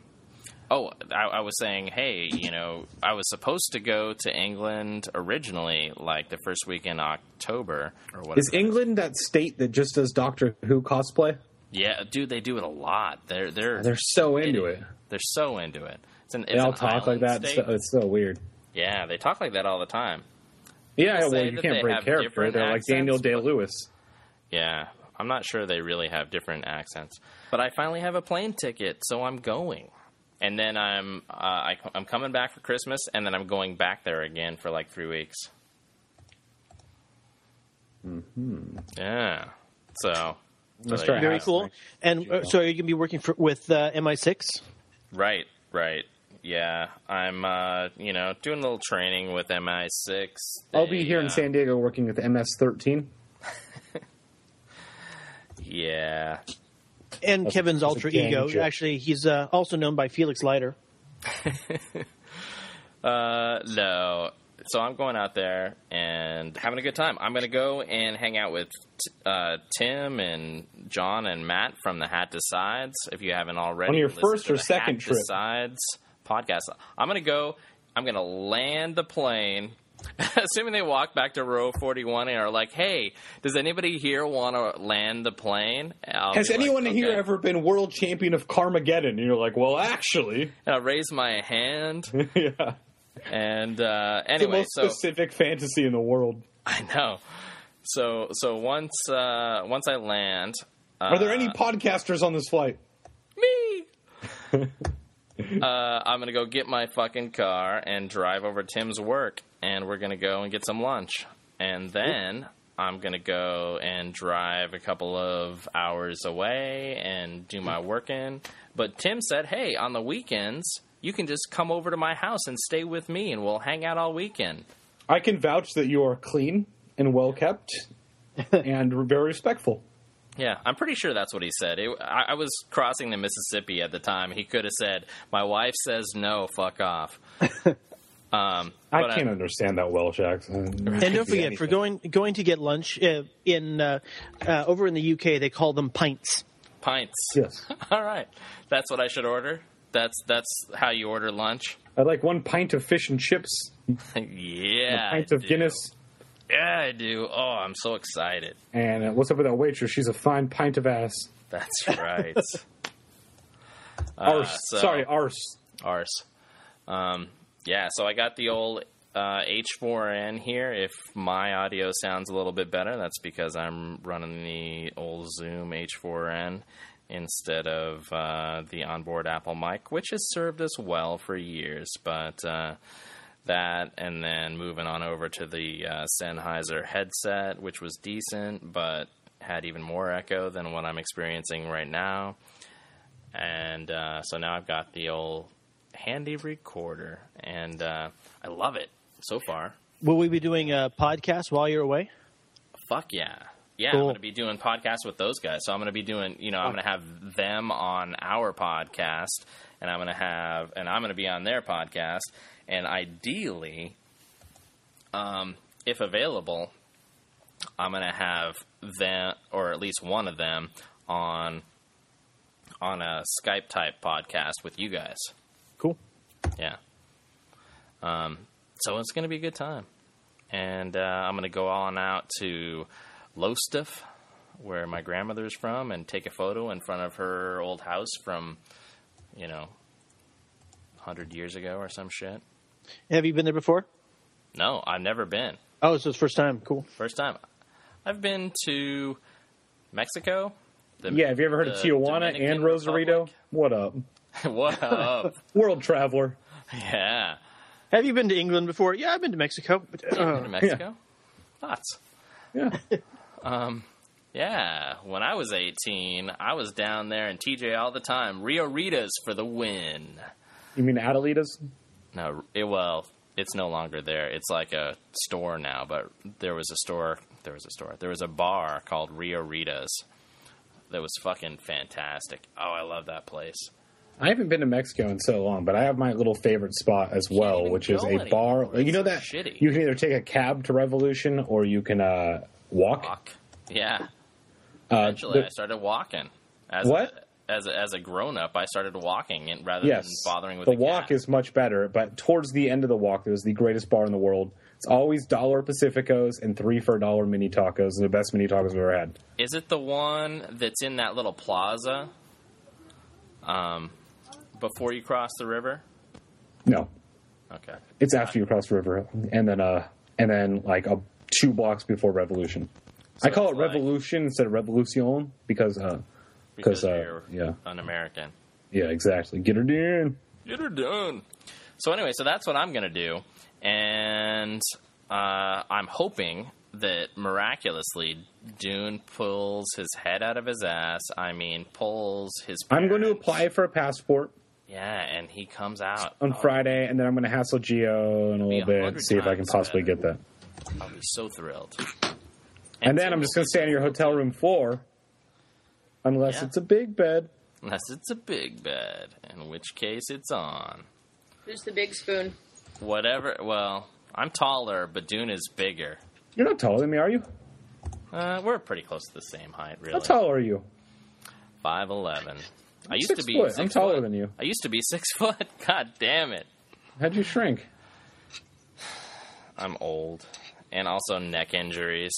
Oh, I, I was saying, hey, you know, I was supposed to go to England originally, like the first week in October or whatever.
Is England that state that just does Doctor Who cosplay?
Yeah, dude, they do it a lot. They're they're
They're so into it.
they're so into it. It's an, it's
They all
an
talk like
island
that. It's
state.
so, it's so weird.
yeah, they talk like that all the time.
Yeah, well,
say
you
that
can't
they
break
have
character.
different
They're
accents,
like Daniel
but-
Day Lewis.
Yeah, I'm not sure they really have different accents. But I finally have a plane ticket, so I'm going. And then I'm uh, I, I'm coming back for Christmas, and then I'm going back there again for like three weeks. Mm-hmm. Yeah. So.
Let's
like-
try
Very
half.
cool. And uh, so, are you going to be working for with uh, MI6?
Right, right. Yeah, I'm, uh, you know, doing a little training with MI6.
I'll be
They,
here
uh,
in San Diego working with MS13.
Yeah,
And Kevin's
that's a
alter
gang
ego.
joke.
Actually, he's uh, also known by Felix Leiter.
Uh, no. So I'm going out there and having a good time. I'm going to go and hang out with t- uh, Tim and John and Matt from the Hat Decides. If you haven't already,
On your
listen
first
to
or
the
second
Hat
trip.
Decides podcast. I'm going to go. I'm going to land the plane. *laughs* Assuming they walk back to row 41 and are like, "Hey, does anybody here want to land the plane?" I'll
Has
be like,
anyone here
"Okay."
ever been world champion of Carmageddon? And you're like, well, actually,
And I'll raise my hand.
*laughs* yeah,
and uh,
the
anyway,
most
so
specific fantasy in the world.
*laughs* I know. So so once uh, once I land, uh,
Are there any podcasters on this flight?
me? uh, I'm gonna go get my fucking car and drive over to Tim's work, and we're gonna go and get some lunch, and then I'm gonna go and drive a couple of hours away and do my working. But Tim said, "Hey, on the weekends." You can just come over to my house and stay with me, and we'll hang out all weekend.
I can vouch that you are clean and well kept *laughs* and very respectful.
Yeah, I'm pretty sure that's what he said. It, I, I was crossing the Mississippi at the time. He could have said, "My wife says no,
*laughs*
fuck off." um, but
I can't understand that Welsh *laughs* accent.
And don't forget, for going going to get lunch uh, in uh, uh, over in the UK, they call them pints.
pints.
Yes,
*laughs* All right, that's what I should order. That's that's how you order lunch. *laughs*
I'd like one pint of fish and chips,
yeah,
pint
I
of
do.
Guinness,
Yeah, I do. Oh, I'm so excited.
and uh, what's up with that waitress? She's a fine pint of ass.
That's
*laughs*
right.
Arse,
Ah, so-
sorry, arse.
Ours. Um, yeah, so I got the old uh, H4N here. If my audio sounds a little bit better, that's because I'm running the old Zoom H4N instead of uh, the onboard Apple mic, which has served us well for years. But uh, that, and then moving on over to the uh, Sennheiser headset, which was decent, but had even more echo than what I'm experiencing right now and uh, so now I've got the old handy recorder, and uh, I love it so far.
Will we be doing a podcast while you're away?
Fuck yeah, yeah! I'm
Cool.
going to be doing podcasts with those guys, so I'm going to be doing, you know, I'm going to have them on our podcast, and I'm going to have, and I'm going to be on their podcast, and ideally, um, if available, I'm going to have them, or at least one of them, on on a Skype type podcast with you guys.
Cool.
Yeah. Um, so it's going to be a good time. And uh, I'm going to go on out to Lostuff, where my grandmother's from, and take a photo in front of her old house from, you know, 100 years ago or some shit.
Have you been there before?
No, I've never been.
Oh, so it's first time. Cool.
First time. I've been to Mexico. The,
Yeah, have you ever heard of
the
Tijuana
Dominican
and Rosarito? What up,
Republic. *laughs*
*laughs*
what up?
world traveler?
Yeah.
Have you been to England before? Yeah, I've been to Mexico.
Uh,
uh,
to Mexico. Thoughts?
Yeah.
Yeah, when I was 18, I was down there in TJ all the time. Rio Rita's for the win.
*laughs* You mean Adelitas?
No, it, well, it's no longer there. It's like a store now, but there was a store, there was a store, there was a bar called Rio Rita's that was fucking fantastic. Oh, I love that place.
I haven't been to Mexico in so long, but I have my little favorite spot as well,
even
which is
go
a bar.
anymore.
You know
It's
that
shitty.
you can either take a cab to Revolution or you can uh, walk.
Fuck. Yeah.
Uh,
Eventually,
the-
I started walking. As
What?
A, as a, as a grown up, I started walking and rather
yes,
than bothering with
the
a
walk
cab.
is much better. But towards the end of the walk, there's the greatest bar in the world. It's always dollar Pacificos and three for a dollar mini tacos. They're The best mini tacos I've ever had.
Is it the one that's in that little plaza? Um, before you cross the river.
No,
Okay.
it's after you cross the river, and then uh, and then like a two blocks before Revolution. I call it
it's like-
Revolution instead of Revolution because uh,
Because
because uh,
you're
yeah,
un-American.
yeah, exactly. Get her in.
Get her done. So anyway, so that's what I'm gonna do, and uh, I'm hoping that miraculously Dune pulls his head out of his ass. I mean, pulls his.
I'm going to
parents.
apply for a passport
Yeah, and he comes out.
on
Oh,
Friday, and then I'm going to hassle Geo in a little
a
bit,
hundred
see if I can
times
possibly
better.
get that.
I'll be so thrilled.
And then I'm just going to stay on your hotel room floor, unless
Yeah.
it's a big bed.
Unless it's a big bed, in which case it's on.
Who's the big spoon?
Whatever. Well, I'm taller, but Dune is bigger.
You're not taller than me, are you?
Uh, we're pretty close to the same height, really.
How tall are you?
Five eleven. I used
six
to be.
foot.
Six
I'm taller
foot.
than you.
I used to be *laughs* six foot. God damn it!
How'd you shrink?
I'm old, and also neck injuries.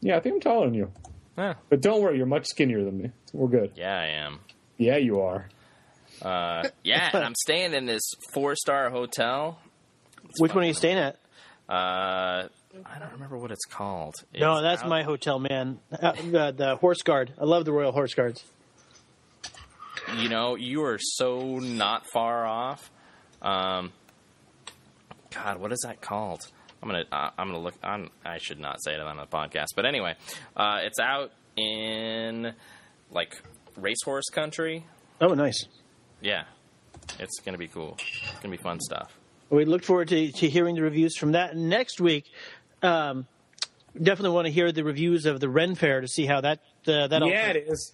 Yeah, I think I'm taller than you.
Huh.
But don't worry, you're much skinnier than me. We're good.
Yeah, I am.
Yeah, you are.
Uh, yeah,
*laughs*
and I'm staying in this four star hotel.
Which one are you staying at?
Uh, I don't remember what it's called.
No,
It's
that's
out-
my hotel, man. Uh, the, the Horse Guard. I love the Royal Horse Guards.
You know, you are so not far off. Um, God, what is that called? I'm gonna, uh, I'm gonna look. I'm, I should not say it on the podcast, but anyway, uh, it's out in like racehorse country.
Oh, nice.
Yeah, it's gonna be cool. It's gonna be fun stuff.
We look forward to, to hearing the reviews from that And next week. Um, definitely want to hear the reviews of the Ren Fair to see how that uh, that. all-
Yeah, it is.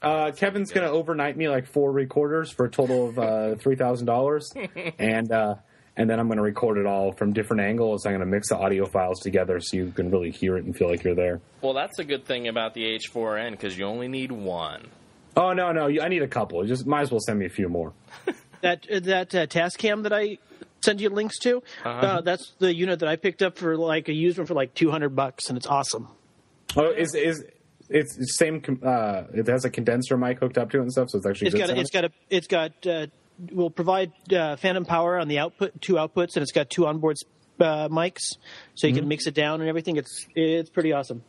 Uh, Kevin's going to overnight me like four recorders for a total of uh, three thousand dollars, and uh, and then I'm going to record it all from different angles. I'm going to mix the audio files together so you can really hear it and feel like you're there.
Well, that's a good thing about the H4n because you only need one.
Oh no, no, you- I need a couple. You just might as well send me a few more.
that that uh, task cam that I send you links to.
Uh-huh.
uh that's the unit that I picked up for like a used one for like two hundred bucks, and it's awesome.
Oh, is is it's the same? com- Uh, it has a condenser mic hooked up to it and stuff, so it's actually
It's
good
got a,
sound.
it's got a, it's got uh, will provide uh, phantom power on the output two outputs, and it's got two onboard uh, mics, so you can mix it down and everything. It's it's pretty awesome.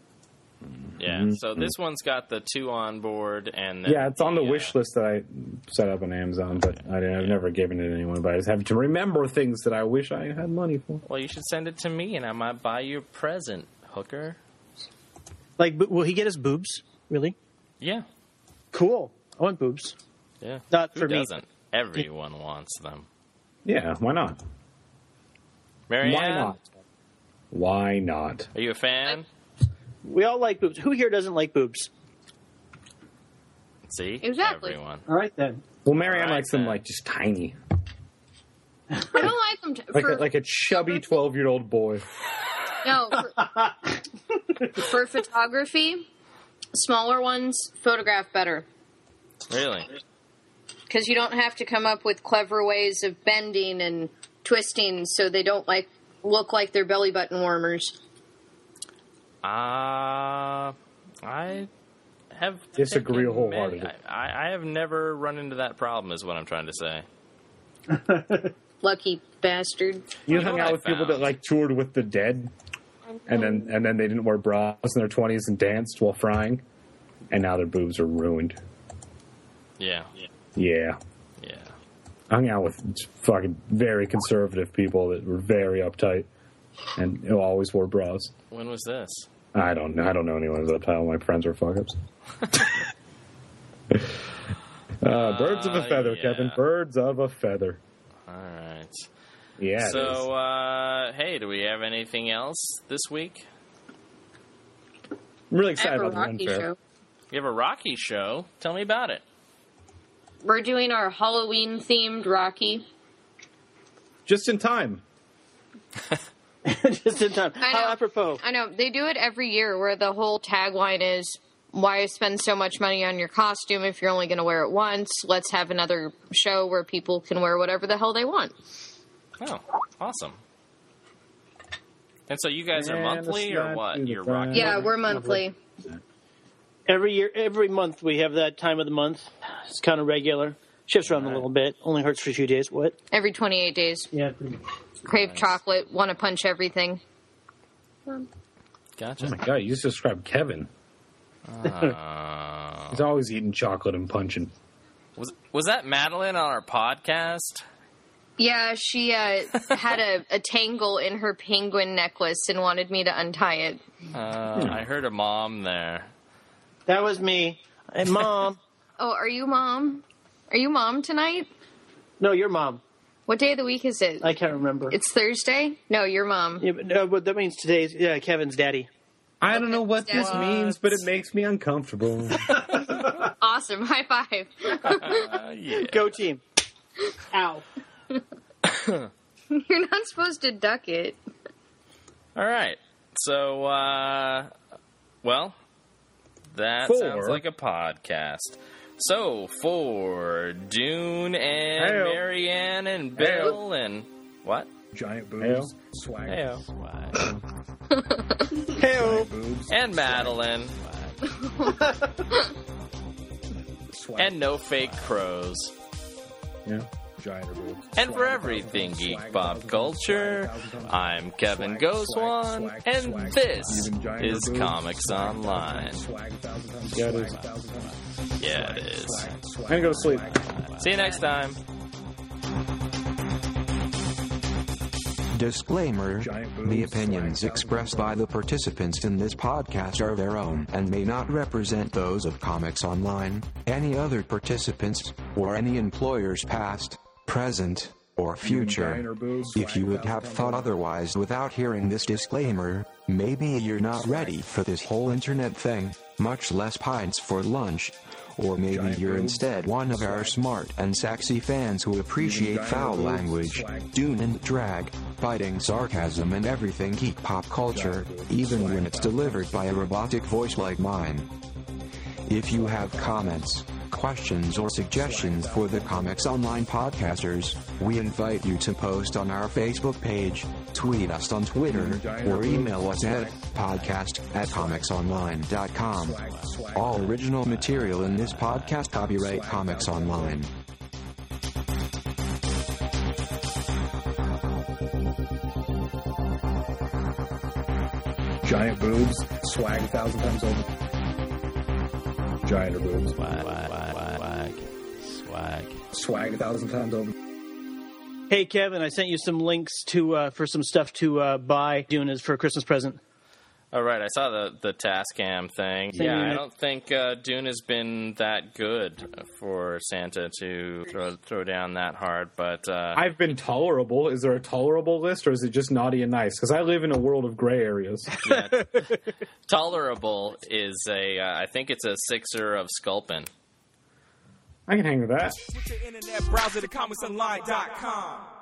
Yeah. So this one's got the two on board, and then
Mm-hmm. yeah, it's on the
uh,
wish list that I set up on Amazon, but I didn't, I've never given it to anyone. But I just have to remember things that I wish I had money for.
Well, you should send it to me, and I might buy you a present, hooker.
Like, bo- will he get his boobs? Really?
Yeah,
Cool. I want boobs.
yeah.
Not
Who
for me.
doesn't? Everyone wants them.
Yeah, why not?
Marianne,
Why not? Why not?
are you a fan?
We all like boobs. Who here doesn't like boobs?
See,
Exactly.
Everyone.
All right then.
Well, Marianne
Alright,
likes them
then.
like just tiny,
I don't like them. T-
like
for,
a, like a
*laughs*
chubby twelve-year-old boy.
no,
*laughs*
for, for photography, smaller ones photograph better
Really?
because you don't have to come up with clever ways of bending and twisting, so they don't like look like their belly button warmers.
Uh, I have
Disagree
taken
wholeheartedly.
many- I, I have never run into that problem. Is what I'm trying to say.
Lucky bastard.
You
know
hung
what
out
I
with people
found?
that like toured with the dead, and then and then they didn't wear bras in their twenties and danced while frying, and now their boobs are ruined.
Yeah,
Yeah,
yeah.
I hung out with fucking very conservative people that were very uptight and who always wore bras.
When was this?
I don't know. I don't know anyone who's uptight. All my friends are fuck *laughs* ups. uh, birds of a
Uh,
feather,
yeah.
Kevin. Birds of a feather.
All right.
Yeah. it is.
So, uh, hey, do we have anything else this week?
I'm really
I have
excited
a
about the
Rocky
Ren Fair.
show.
We have a Rocky show. Tell me about it.
We're doing our Halloween themed Rocky.
Just in time.
*laughs* Just in time.
know.
How apropos.
I know they do it every year where the whole tagline is why spend so much money on your costume if you're only going to wear it once? Let's have another show where people can wear whatever the hell they want.
Oh, awesome. And so you guys are
Man,
monthly
let's
or
not
what?
do the
You're rocking.
brand.
Yeah, we're monthly.
Every year, every month, we have that time of the month. It's kind of regular. Shifts around a little bit. Only hurts for a few days. What?
Every 28 days.
Yeah.
Crave chocolate, want to punch everything.
Gotcha.
Oh my god, you just described Kevin.
Uh,
Ah.
He's always eating chocolate and punching.
was was that Madeline on our podcast?
Yeah, she *laughs* uh, had a, a tangle in her penguin necklace and wanted me to untie it.
Uh,
Hmm.
I heard a mom
*laughs*
there.
That was me. Hey, mom.
Oh, are you mom? Are you mom tonight?
*laughs* no, your mom.
What day of the week is it?
I can't remember.
it's Thursday? No, you're mom.
yeah, but, no, but that means today's yeah, Kevin's daddy.
I don't know what this
What?
means, but it makes me uncomfortable.
Awesome. *laughs* High five.
Uh, yeah.
Go team. Ow.
*laughs* you're not supposed to duck it.
All right. So, uh, well, that
For-
sounds like a podcast. So for Dune and
Heyo.
Marianne and Bill and what?
Giant
Heyo.
boobs, swag, *laughs*
Hey.
boobs,
and Madeline
swag,
and no fake crows.
yeah.
giant boobs.
And for
swag,
everything
thousand
geek
tons,
pop
swag,
culture,
thousand tons,
I'm Kevin
swag,
Goswan,
swag,
and
swag,
this
even giant
is
boobs,
Comics Online.
Swag, thousand tons,
Yeah, it is.
swag, thousand tons,
Yeah, it is.
I'm gonna go to sleep.
See you next time.
Disclaimer
Giant boobs,
The opinions
swag,
expressed by the participants in this podcast are their own and may not represent those of Comics Online, any other participants, or any employers past, present, or future.
Giant boobs,
If you would have thought otherwise without hearing this disclaimer, maybe you're not ready for this whole internet thing, much less pints for lunch. Or maybe you're instead one of our smart and sexy fans who appreciate foul language, dune and drag, biting sarcasm and everything geek pop culture, even when it's delivered by a robotic voice like mine. If you have comments, questions, or suggestions for the Comics Online podcasters, we invite you to post on our Facebook page, tweet us on Twitter, or email us at podcast at comicsonline.com. All original material in this podcast copyright Comics Online.
Giant boobs, swag a thousand times over. Giant boobs,
Swag. Swag.
swag a thousand times over.
Hey Kevin, I sent you some links to uh, for some stuff to uh, buy Dunas for a Christmas present.
All Oh, right, I saw the the Tascam thing. Yeah, I
unit.
don't think uh, Dune has been that good for Santa to throw throw down that hard, but uh,
I've been tolerable. Is there a tolerable list, or is it just naughty and nice? Because I live in a world of gray areas.
tolerable is a uh, I think it's a sixer of Sculpin.
I can hang with that.
Switch your internet browser to comicsonline.com.